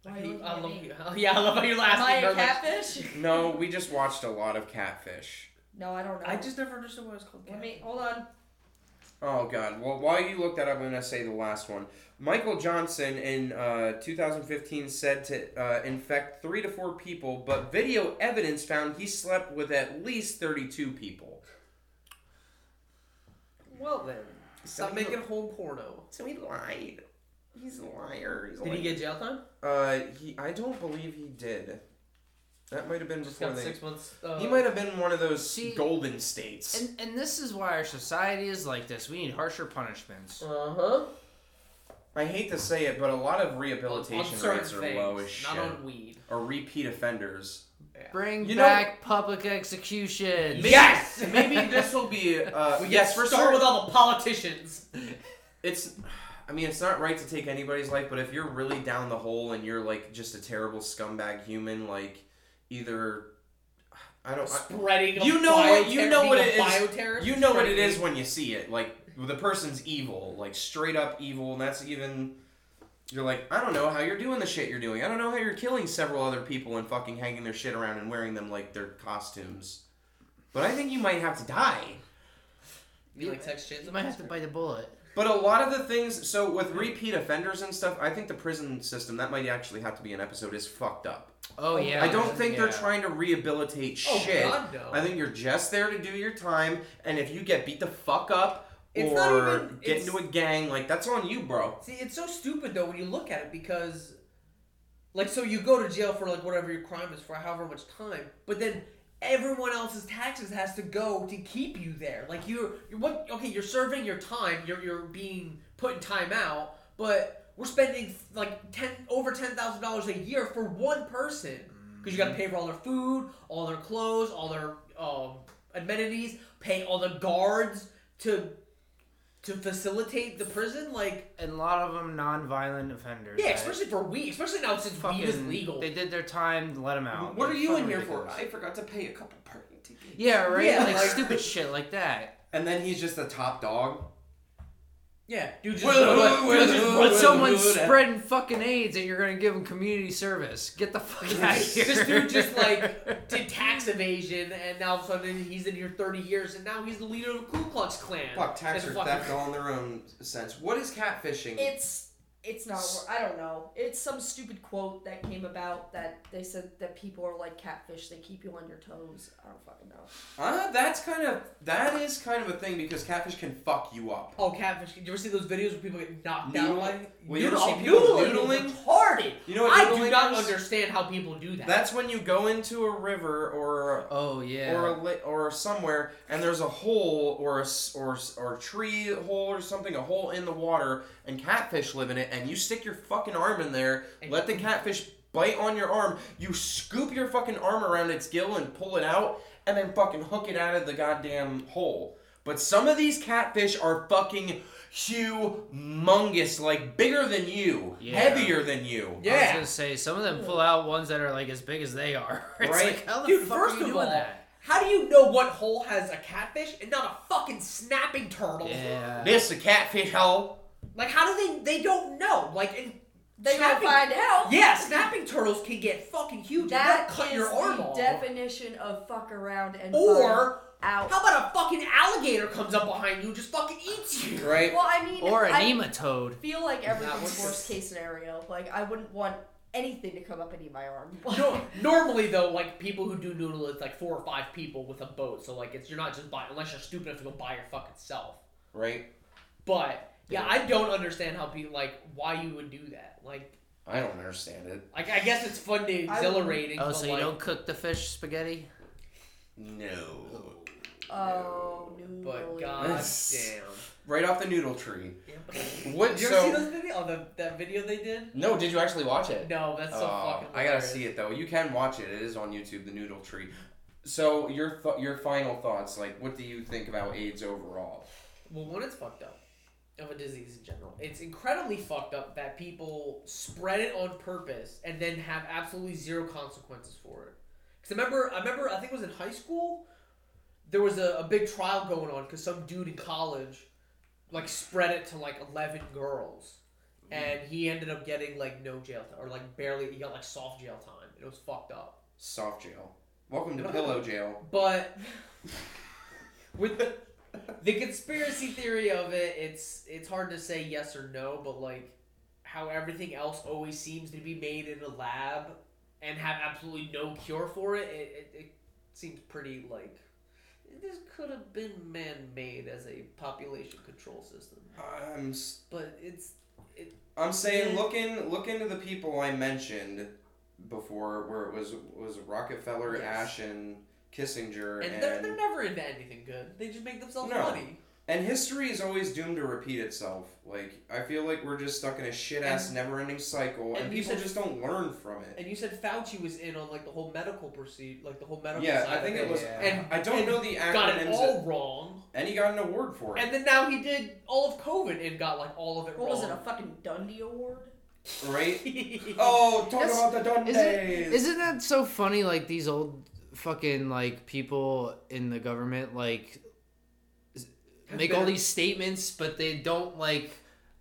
S3: I,
S4: Why you
S3: hate- I love
S4: looking
S3: you. Yeah, I love how you're
S4: Am I
S3: laughing.
S4: a
S3: very much.
S4: catfish?
S2: No, we just watched a lot of catfish.
S4: No, I don't know.
S3: I just never understood why it was called
S4: Let
S3: catfishing.
S4: me hold on.
S2: Oh God! Well, while you look that up, I'm gonna say the last one. Michael Johnson in uh, 2015 said to uh, infect three to four people, but video evidence found he slept with at least 32 people.
S3: Well then, stop
S2: So he-
S3: making home porno.
S2: So he lied. He's a liar. He's a
S3: Did he
S2: liar.
S3: get jail time?
S2: Uh, he. I don't believe he did. That might have been
S3: Just
S2: before
S3: got
S2: they.
S3: six months. Uh,
S2: He might have been one of those
S8: See-
S2: golden states.
S8: and and this is why our society is like this. We need harsher punishments.
S3: Uh huh.
S2: I hate to say it, but a lot of rehabilitation rates are low as shit.
S3: not on weed.
S2: Or repeat offenders.
S8: Bring
S2: You know-
S8: back public execution.
S3: Yes!
S2: Maybe this will be. Uh,
S3: We
S2: yes,
S3: yes,
S2: for
S3: we
S2: sure.
S3: start with all the politicians.
S2: it's. I mean, it's not right to take anybody's life, but if you're really down the hole and you're like just a terrible scumbag human, like either I don't. I-
S3: Spreading.
S2: you know what you know what it is.
S3: Bioterror.
S2: You know what it is when you see it. Like the person's evil, like straight up evil, and that's even. You're like, I don't know how you're doing the shit you're doing. I don't know how you're killing several other people and fucking hanging their shit around and wearing them like their costumes. But I think you might have to die.
S3: You like sex change?
S8: You might have to bite the bullet.
S2: But a lot of the things, so with repeat offenders and stuff, I think the prison system that might actually have to be an episode is fucked up.
S8: Oh yeah.
S2: I don't think
S8: yeah.
S2: they're trying to rehabilitate
S3: Oh
S2: shit.
S3: God, no.
S2: I think you're just there to do your time, and if you get beat the fuck up
S3: It's not
S2: or
S3: even-
S2: get
S3: it's-
S2: into a gang, like that's on you, bro.
S3: See, it's so stupid though when you look at it because, like, so you go to jail for like whatever your crime is for however much time, but then everyone else's taxes has to go to keep you there. Like you're, you're what? Okay, you're serving your time. You're you're being put in time out, but we're spending like ten over ten thousand dollars a year for one person because you got to pay for all their food, all their clothes, all their um, amenities, pay all the guards to to facilitate the prison, like.
S8: And a lot of them non-violent offenders.
S3: Yeah,
S8: that
S3: especially for weed. Especially now since
S8: fucking-
S3: weed is legal.
S8: They did their time. Let them out.
S2: What are
S8: They're
S2: you in
S8: fucking
S2: here for?
S8: ridiculous.
S2: I forgot to pay a couple parking tickets.
S8: Yeah, right.
S3: Yeah,
S8: like,
S3: like-
S8: stupid shit like that.
S2: And then he's just the top dog.
S3: yeah, dude. Just,
S2: Well,
S3: but-
S2: well,
S3: just-
S2: well,
S8: But
S2: well,
S8: someone's
S2: well, that-
S8: spreading fucking AIDS, and you're gonna give them community service. Get the fuck out of here.
S3: this dude just like did tax evasion, and now all of a sudden he's in here thirty years, and now he's the leader of the Ku Klux Klan.
S2: Fuck, tax
S3: That's
S2: or
S3: fucking-
S2: theft all in their own sense. What is catfishing?
S4: It's it's not. wor- I don't know. It's some stupid quote that came about that they said that people are like catfish. They keep you on your toes. I don't fucking know.
S2: Uh, that's kind of that is kind of a thing because catfish can fuck you up.
S3: Oh, catfish! Did you ever see those videos where people get knocked
S2: Noodling?
S3: out? Like,
S2: Well, you ever
S3: Noodle-
S2: see people
S3: noodling is retarded.
S2: You know what
S3: I do
S2: noodling
S3: not
S2: is?
S3: understand how people do that.
S2: That's when you go into a river or
S8: oh yeah.
S2: or a li- or somewhere, and there's a hole or a s- or s- or a tree hole or something, a hole in the water, and catfish live in it, and you stick your fucking arm in there,
S3: And-
S2: let the catfish bite on your arm, you scoop your fucking arm around its gill and pull it out, and then fucking hook it out of the goddamn hole. But some of these catfish are fucking humongous, like bigger than you,
S8: Yeah.
S2: heavier than you.
S8: I was
S3: yeah.
S8: gonna say some of them pull out ones that are like as big as they are. It's
S2: Right?
S8: like how the
S3: Dude,
S8: fuck
S3: first
S8: are you
S3: of
S8: doing
S3: all,
S8: that?
S3: How do you know what hole has a catfish and not a fucking snapping turtle?
S8: Yeah.
S5: This the catfish hole.
S3: Like, how do they? They don't know. Like, and
S4: They gotta
S3: Snapping-
S4: find out.
S3: yeah, snapping turtles can get fucking huge.
S4: That
S3: and
S4: is
S3: cut your arm
S4: the
S3: off.
S4: definition of fuck around and
S3: Or
S4: find out.
S3: how about a fucking alligator comes up behind you and just fucking eats you?
S2: right?
S4: Well, I mean,
S8: Or a
S4: I
S8: nematode.
S4: feel like everything's
S3: what's
S4: worst case scenario. Like I wouldn't want anything to come up and eat my arm.
S3: No, normally though, like people who do noodle, it's like four or five people with a boat. So like, it's you're not just buying unless you're stupid enough to go buy your fucking self.
S2: right?
S3: But yeah, I don't understand how people like why you would do that. Like,
S2: I don't understand it.
S3: like I guess it's fun to exhilarating.
S8: Oh,
S3: but,
S8: so you
S3: like,
S8: don't cook the fish spaghetti?
S2: No.
S4: Oh no.
S3: But
S4: really.
S3: god damn.
S2: Right off the noodle tree.
S3: Did
S2: What?
S3: you ever
S2: so
S3: see those video? Oh, the, that video they did?
S2: no, did you actually watch it?
S3: No, that's so
S2: Oh,
S3: fucking.
S2: I gotta
S3: hilarious.
S2: see it though. You can watch it. It is on YouTube. The noodle tree. So your th- your final thoughts, like what do you think about AIDS overall?
S3: Well, one, it's fucked up. Of a disease in general. It's incredibly fucked up that people spread it on purpose and then have absolutely zero consequences for it. Because I remember, I remember, I think it was in high school, there was a, a big trial going on because some dude in college, like, spread it to, like, 11 girls.
S2: Mm.
S3: And he ended up getting, like, no jail time, or, like, barely, he got, like, soft jail time. It was fucked up.
S2: Soft jail. Welcome to pillow jail.
S3: But with the, the conspiracy theory of it, it's it's hard to say yes or no, but like how everything else always seems to be made in a lab and have absolutely no cure for it, it, it, it seems pretty like this could have been man-made as a population control system,
S2: I'm s-
S3: but it's
S2: I'm saying look in look into the people I mentioned before, where it was was Rockefeller,
S3: Yes.
S2: Ash, and Kissinger,
S3: and they're, they're never into anything good. They just make themselves
S2: No.
S3: money.
S2: And history is always doomed to repeat itself. Like I feel like we're just stuck in a shit ass, never ending cycle, and,
S3: and you
S2: people
S3: said-
S2: just don't learn from it.
S3: And you said Fauci was in on like the whole medical procedure, like the whole medical.
S2: Yeah,
S3: side
S2: I
S3: of
S2: think it was.
S8: Yeah.
S2: And I don't
S3: and
S2: know the acronyms,
S3: got it all
S2: that-
S3: wrong,
S2: and he got an award for it,
S3: and then now he did all of COVID and got like all of it
S4: What
S3: wrong.
S4: was it? A fucking Dundee Award?
S2: right?
S3: oh,
S2: Oh, talk
S8: That's-
S2: about the
S8: Is
S2: Dundays.
S8: it, isn't that so funny? Like these old fucking like people in the government like s- make all these statements, but they don't like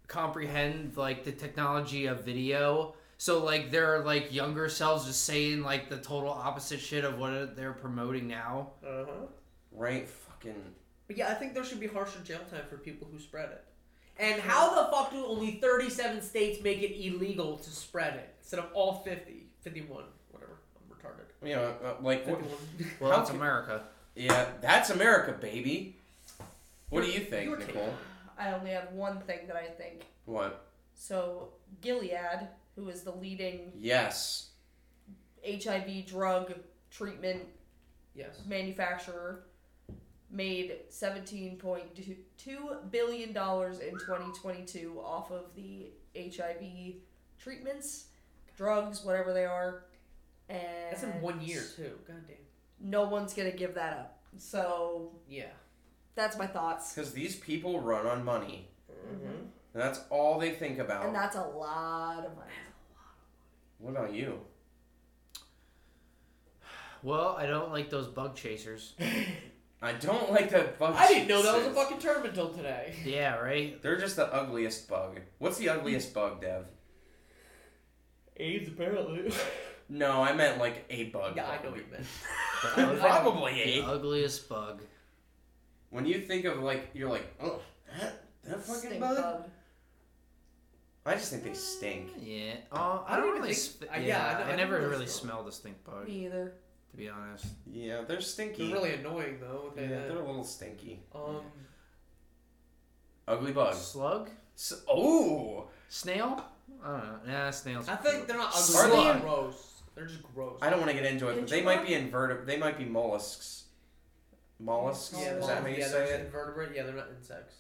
S8: comprehend like the technology of video. So like their like younger selves just saying like the total opposite shit of what they're promoting now.
S3: uh-huh.
S2: right? Fucking.
S3: But yeah, I think there should be harsher jail time for people who spread it. And how the fuck do only 37 states make it illegal to spread it instead of all 50, 51, whatever? I'm retarded.
S2: You know, uh, like what,
S3: 51.
S8: Well,
S2: How
S8: that's
S2: can-
S8: America.
S2: yeah, that's America, baby. What do you
S3: your
S2: think,
S3: take
S2: Nicole?
S4: I only have one thing that I think.
S2: What?
S4: So Gilead, who is the leading
S2: Yes.
S4: HIV drug treatment
S3: yes.
S4: manufacturer, made seventeen point two billion dollars in twenty twenty two off of the HIV treatments, drugs, whatever they are. And
S3: That's in one year, too. Goddamn.
S4: No one's gonna give that up. So
S3: Yeah.
S4: that's my thoughts.
S2: Because these people run on money.
S3: Mm-hmm.
S2: And that's all they think about.
S4: And that's a lot of money.
S2: what about you?
S8: Well, I don't like those bug chasers.
S2: I don't like that bug.
S3: I didn't know that was a
S2: Jesus.
S3: fucking term until today.
S8: Yeah, right.
S2: They're just the ugliest bug. What's the ugliest bug, Dev?
S3: AIDS, apparently.
S2: No, I meant like a bug.
S3: yeah, I know what you meant.
S8: The ug-
S2: Probably
S8: the
S2: a.
S8: ugliest bug.
S2: When you think of like, you're like, oh, that, that fucking
S4: Stink
S2: bug?
S4: bug.
S2: I just think they stink.
S8: Yeah. Oh,
S3: I
S8: I
S3: don't
S8: don't
S3: even
S8: really.
S3: think-
S8: sp-
S3: I-
S8: yeah,
S3: yeah, I
S8: I,
S3: don't- I
S8: never
S3: don't
S8: really
S3: smell.
S8: smell the stink bug.
S4: Me either.
S8: To be honest.
S2: Yeah, they're
S3: They're
S2: stinky.
S3: really annoying, though.
S2: yeah,
S3: Okay, then.
S2: they're a little stinky.
S3: Um,
S2: Ugly bugs.
S8: Slug?
S2: S- oh,
S8: Snail? I don't know. Nah, snails.
S3: I think they're not ugly.
S2: Are
S3: They're
S2: they-
S3: gross. They're just gross.
S2: I don't want to get into it, but they
S4: Inchworm?
S2: might be invertebrate. They might be mollusks. Mollusks.
S3: Yeah,
S2: Is
S3: they're-
S2: that how you
S3: yeah,
S2: say
S3: they're
S2: it?
S3: invertebrate. Yeah, they're not insects.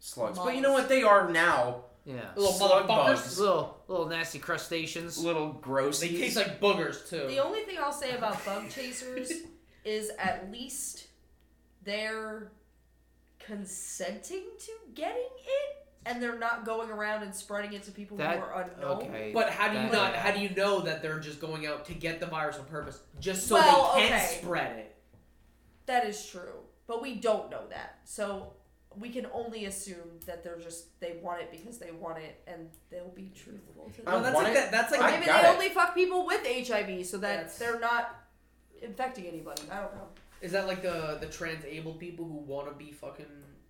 S2: Slugs. But you know what? They are now.
S8: Yeah.
S3: Little
S2: Slug
S3: motherfuckers.
S2: bugs.
S8: Little, little nasty crustaceans.
S2: Little gross.
S3: They taste like boogers too.
S4: The only thing I'll say about bug chasers is at least they're consenting to getting it, and they're not going around and spreading it to people
S8: That-
S4: who are unknown.
S8: Okay.
S3: but how do you
S8: That-
S3: not? How do you know that they're just going out to get the virus on purpose, just so
S4: Well,
S3: they can
S4: okay.
S3: spread it?
S4: That is true, but we don't know that, so we can only assume that they're just they want it because they want it, and they'll be truthful to
S2: I
S4: that.
S10: No, that's
S2: want
S10: like
S2: it.
S10: that. That's like
S2: Oh, I
S4: Maybe
S2: got
S4: they
S2: it.
S4: only fuck people with HIV so that
S10: That's-
S4: they're not infecting anybody. I don't know.
S3: Is that like the the trans abled people who want to be fucking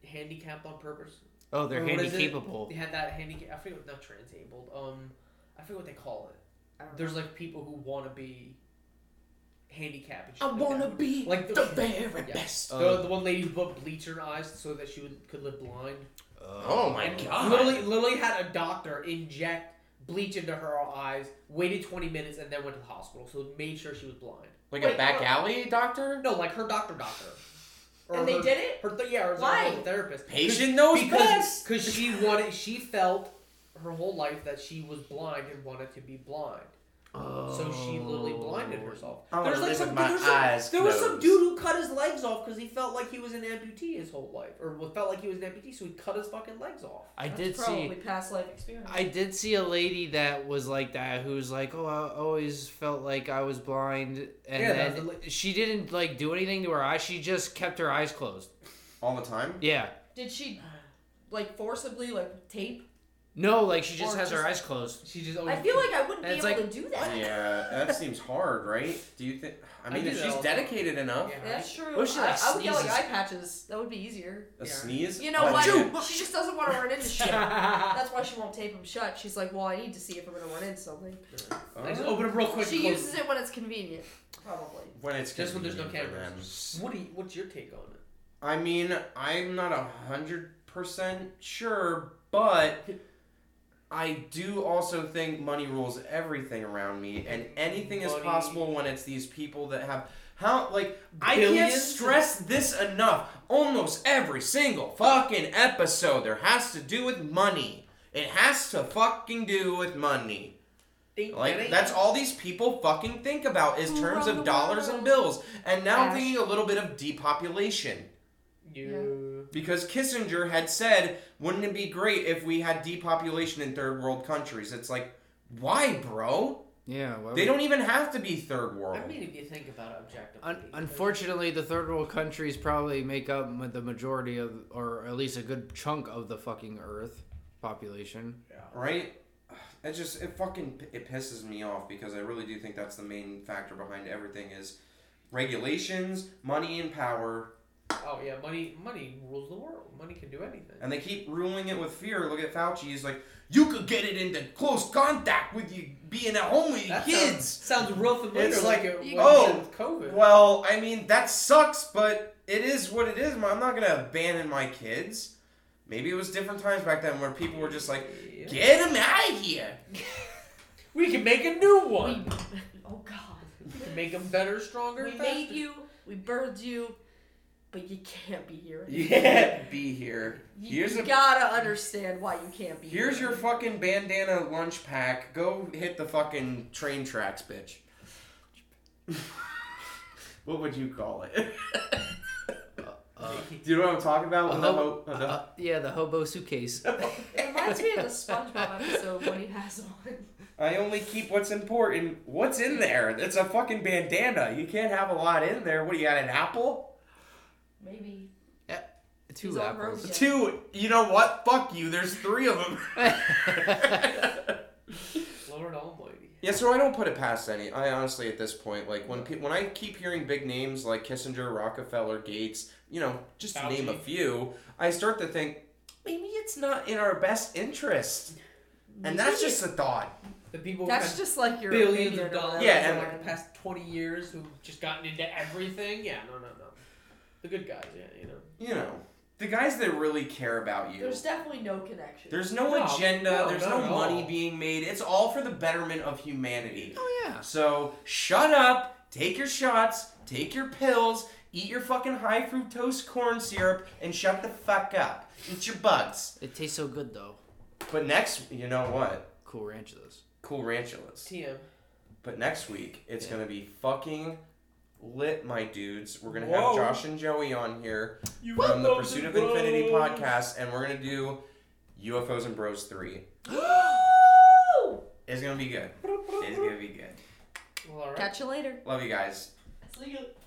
S3: handicapped on purpose?
S8: Oh, they're
S3: Or what
S8: handy
S3: is it?
S8: capable.
S3: They had that handicap. I forget what not trans abled. Um, I forget what they call it.
S10: I don't know.
S3: There's like people who want to be handicapped. and shit
S10: I
S3: like
S10: wanna
S3: that.
S10: be
S3: like
S10: the very
S3: Yeah.
S10: best.
S2: Uh.
S3: the, the one lady who put bleach in her eyes so that she would, could live blind.
S2: Oh my god.
S3: Literally, literally had a doctor inject bleach into her eyes. Waited 20 minutes and then went to the hospital. So made sure she was blind.
S2: Like
S3: Wait,
S2: a back
S3: no.
S2: alley doctor?
S3: No, like her doctor, doctor. Or
S4: And they
S3: her-
S4: did it?
S3: Her th- yeah, her
S4: Why?
S3: Why? therapist.
S2: Patient knows best.
S3: Because 'cause she wanted, she felt her whole life that she was blind and wanted to be blind. So she literally
S8: Oh.
S3: blinded herself.
S2: Oh. I wanna live with my
S3: there was
S2: eyes
S3: there was some
S2: closed.
S3: dude who cut his legs off because he felt like he was an amputee his whole life, or well, felt like he was an amputee, so he cut his fucking legs off.
S8: I
S4: That's
S8: did see.
S4: probably past life experience.
S8: I did see a lady that was like that, who was like, "Oh, I always felt like I was blind," and
S3: Yeah, that's
S8: then
S3: the la-
S8: she didn't like do anything to her eyes. She just kept her eyes closed.
S2: All the time?
S8: Yeah,
S4: Did she like forcibly like tape?
S8: no, like she just
S4: Or
S8: has her
S4: just-
S8: eyes closed.
S3: She just
S4: I
S3: always.
S4: feel like I wouldn't be
S8: It's
S4: able
S8: Oh, like-
S4: to do that.
S2: Yeah, that seems hard, right? Do you think? I mean,
S3: do
S2: if she's
S3: know.
S2: dedicated enough,
S3: Yeah.
S4: That's true.
S8: What if she, like,
S4: I, I would get like
S8: sneezes?
S4: eye patches. That would be easier.
S2: a
S3: Yeah.
S2: sneeze.
S4: You know
S2: Oh,
S4: what?
S2: yeah.
S4: She just doesn't want to run into shit. That's why she won't tape them shut. She's like, well, I need to see if I'm going to run into something.
S3: I just open it real quick. and
S4: She
S3: close
S4: uses it when it's convenient, probably.
S2: When it's
S3: Just when there's no
S2: convenient for
S3: cameras.
S2: them.
S3: What do you, what's your take on it?
S2: I mean, I'm not a hundred percent sure, but I do also think money rules everything around me, and anything is
S3: Money.
S2: possible when it's these people that have how like I can't
S3: Billions?
S2: stress this enough. Almost every single fucking episode there has to do with money. It has to fucking do with money.
S3: Think that
S2: Like
S3: ain't-
S2: that's all these people fucking think about is terms of dollars and bills. And now I'm thinking a little bit of depopulation
S3: You.
S2: because Kissinger had said, "Wouldn't it be great if we had depopulation in third world countries?" It's like, why, bro?
S8: Yeah, well,
S2: They don't even have to be third world.
S3: I mean, if you think about it objectively.
S8: Un- unfortunately, the third world countries probably make up ma- the majority of, or at least a good chunk of the fucking Earth population.
S2: right? It just it fucking it pisses me off because I really do think that's the main factor behind everything is regulations, money, and power.
S3: Oh yeah, money money rules the world. Money can do anything.
S2: And they keep ruling it with fear. Look at Fauci. He's like, you could get it into close contact with you being at home with your
S3: That
S2: kids.
S3: sounds, sounds real familiar.
S2: It's like,
S3: like, it,
S2: you-
S3: what you said
S2: oh,
S3: with COVID.
S2: Well, I mean, that sucks, but it is what it is. I'm not going to abandon my kids. Maybe it was different times back then where people were just like,
S3: Yeah.
S2: get them out of here.
S3: we can make a new one.
S4: Oh, God.
S3: We can make them better, stronger.
S4: We
S3: faster.
S4: made you, we birthed you, but you can't be here.
S2: You can't be here.
S4: You,
S2: Here's
S4: you
S2: a
S4: gotta understand why you can't be
S2: here's
S4: here.
S2: your fucking bandana lunch pack. Go hit the fucking train tracks, bitch. what would you call it? Do you know what I'm talking about?
S8: A
S2: With
S8: hobo-
S2: the ho- uh-huh. the-
S8: uh, yeah, the hobo suitcase.
S4: It reminds me of the SpongeBob episode when he has on.
S2: I only keep what's important. What's in there? It's a fucking bandana. You can't have a lot in there. What do you got? An apple?
S4: Maybe.
S8: Eh, Two
S4: He's on
S8: apples.
S4: Yeah.
S2: Two. You know what? Fuck you. There's three of them.
S3: Lord Almighty.
S2: yeah. So I don't put it past any. I honestly, at this point, like when pe- when I keep hearing big names like Kissinger, Rockefeller, Gates, you know, just to
S3: Fauci.
S2: name a few, I start to think maybe it's not in our best interest. And that's just a thought.
S3: The people
S4: That's
S3: who
S4: just like your
S3: have billions
S4: opinion
S3: of
S4: or
S3: dollars
S2: Yeah, and-
S3: in like the past twenty years who've just gotten into everything. Yeah, no, no, no. The good guys. Yeah, you know.
S2: You know, the guys that really care about you.
S4: There's definitely no connection.
S2: There's no,
S3: No,
S2: agenda.
S3: no,
S2: there's
S3: not
S2: no
S3: at
S2: money
S3: all.
S2: being made. It's all for the betterment of humanity.
S8: Oh yeah.
S2: So shut up, take your shots, take your pills, eat your fucking high fructose corn syrup, and shut the fuck up. Eat your bugs.
S8: It tastes so good though.
S2: But next, you know what?
S8: Cool ranchos.
S2: Cool ranchulas.
S3: TM.
S2: But next week, it's gonna be fucking lit, my dudes. We're gonna
S3: Whoa.
S2: have Josh and Joey on here from the Pursuit of Infinity podcast, and we're gonna do UFOs and Bros three. It's gonna be good. It's gonna be good.
S3: Well, all right.
S4: Catch you later.
S2: Love you guys.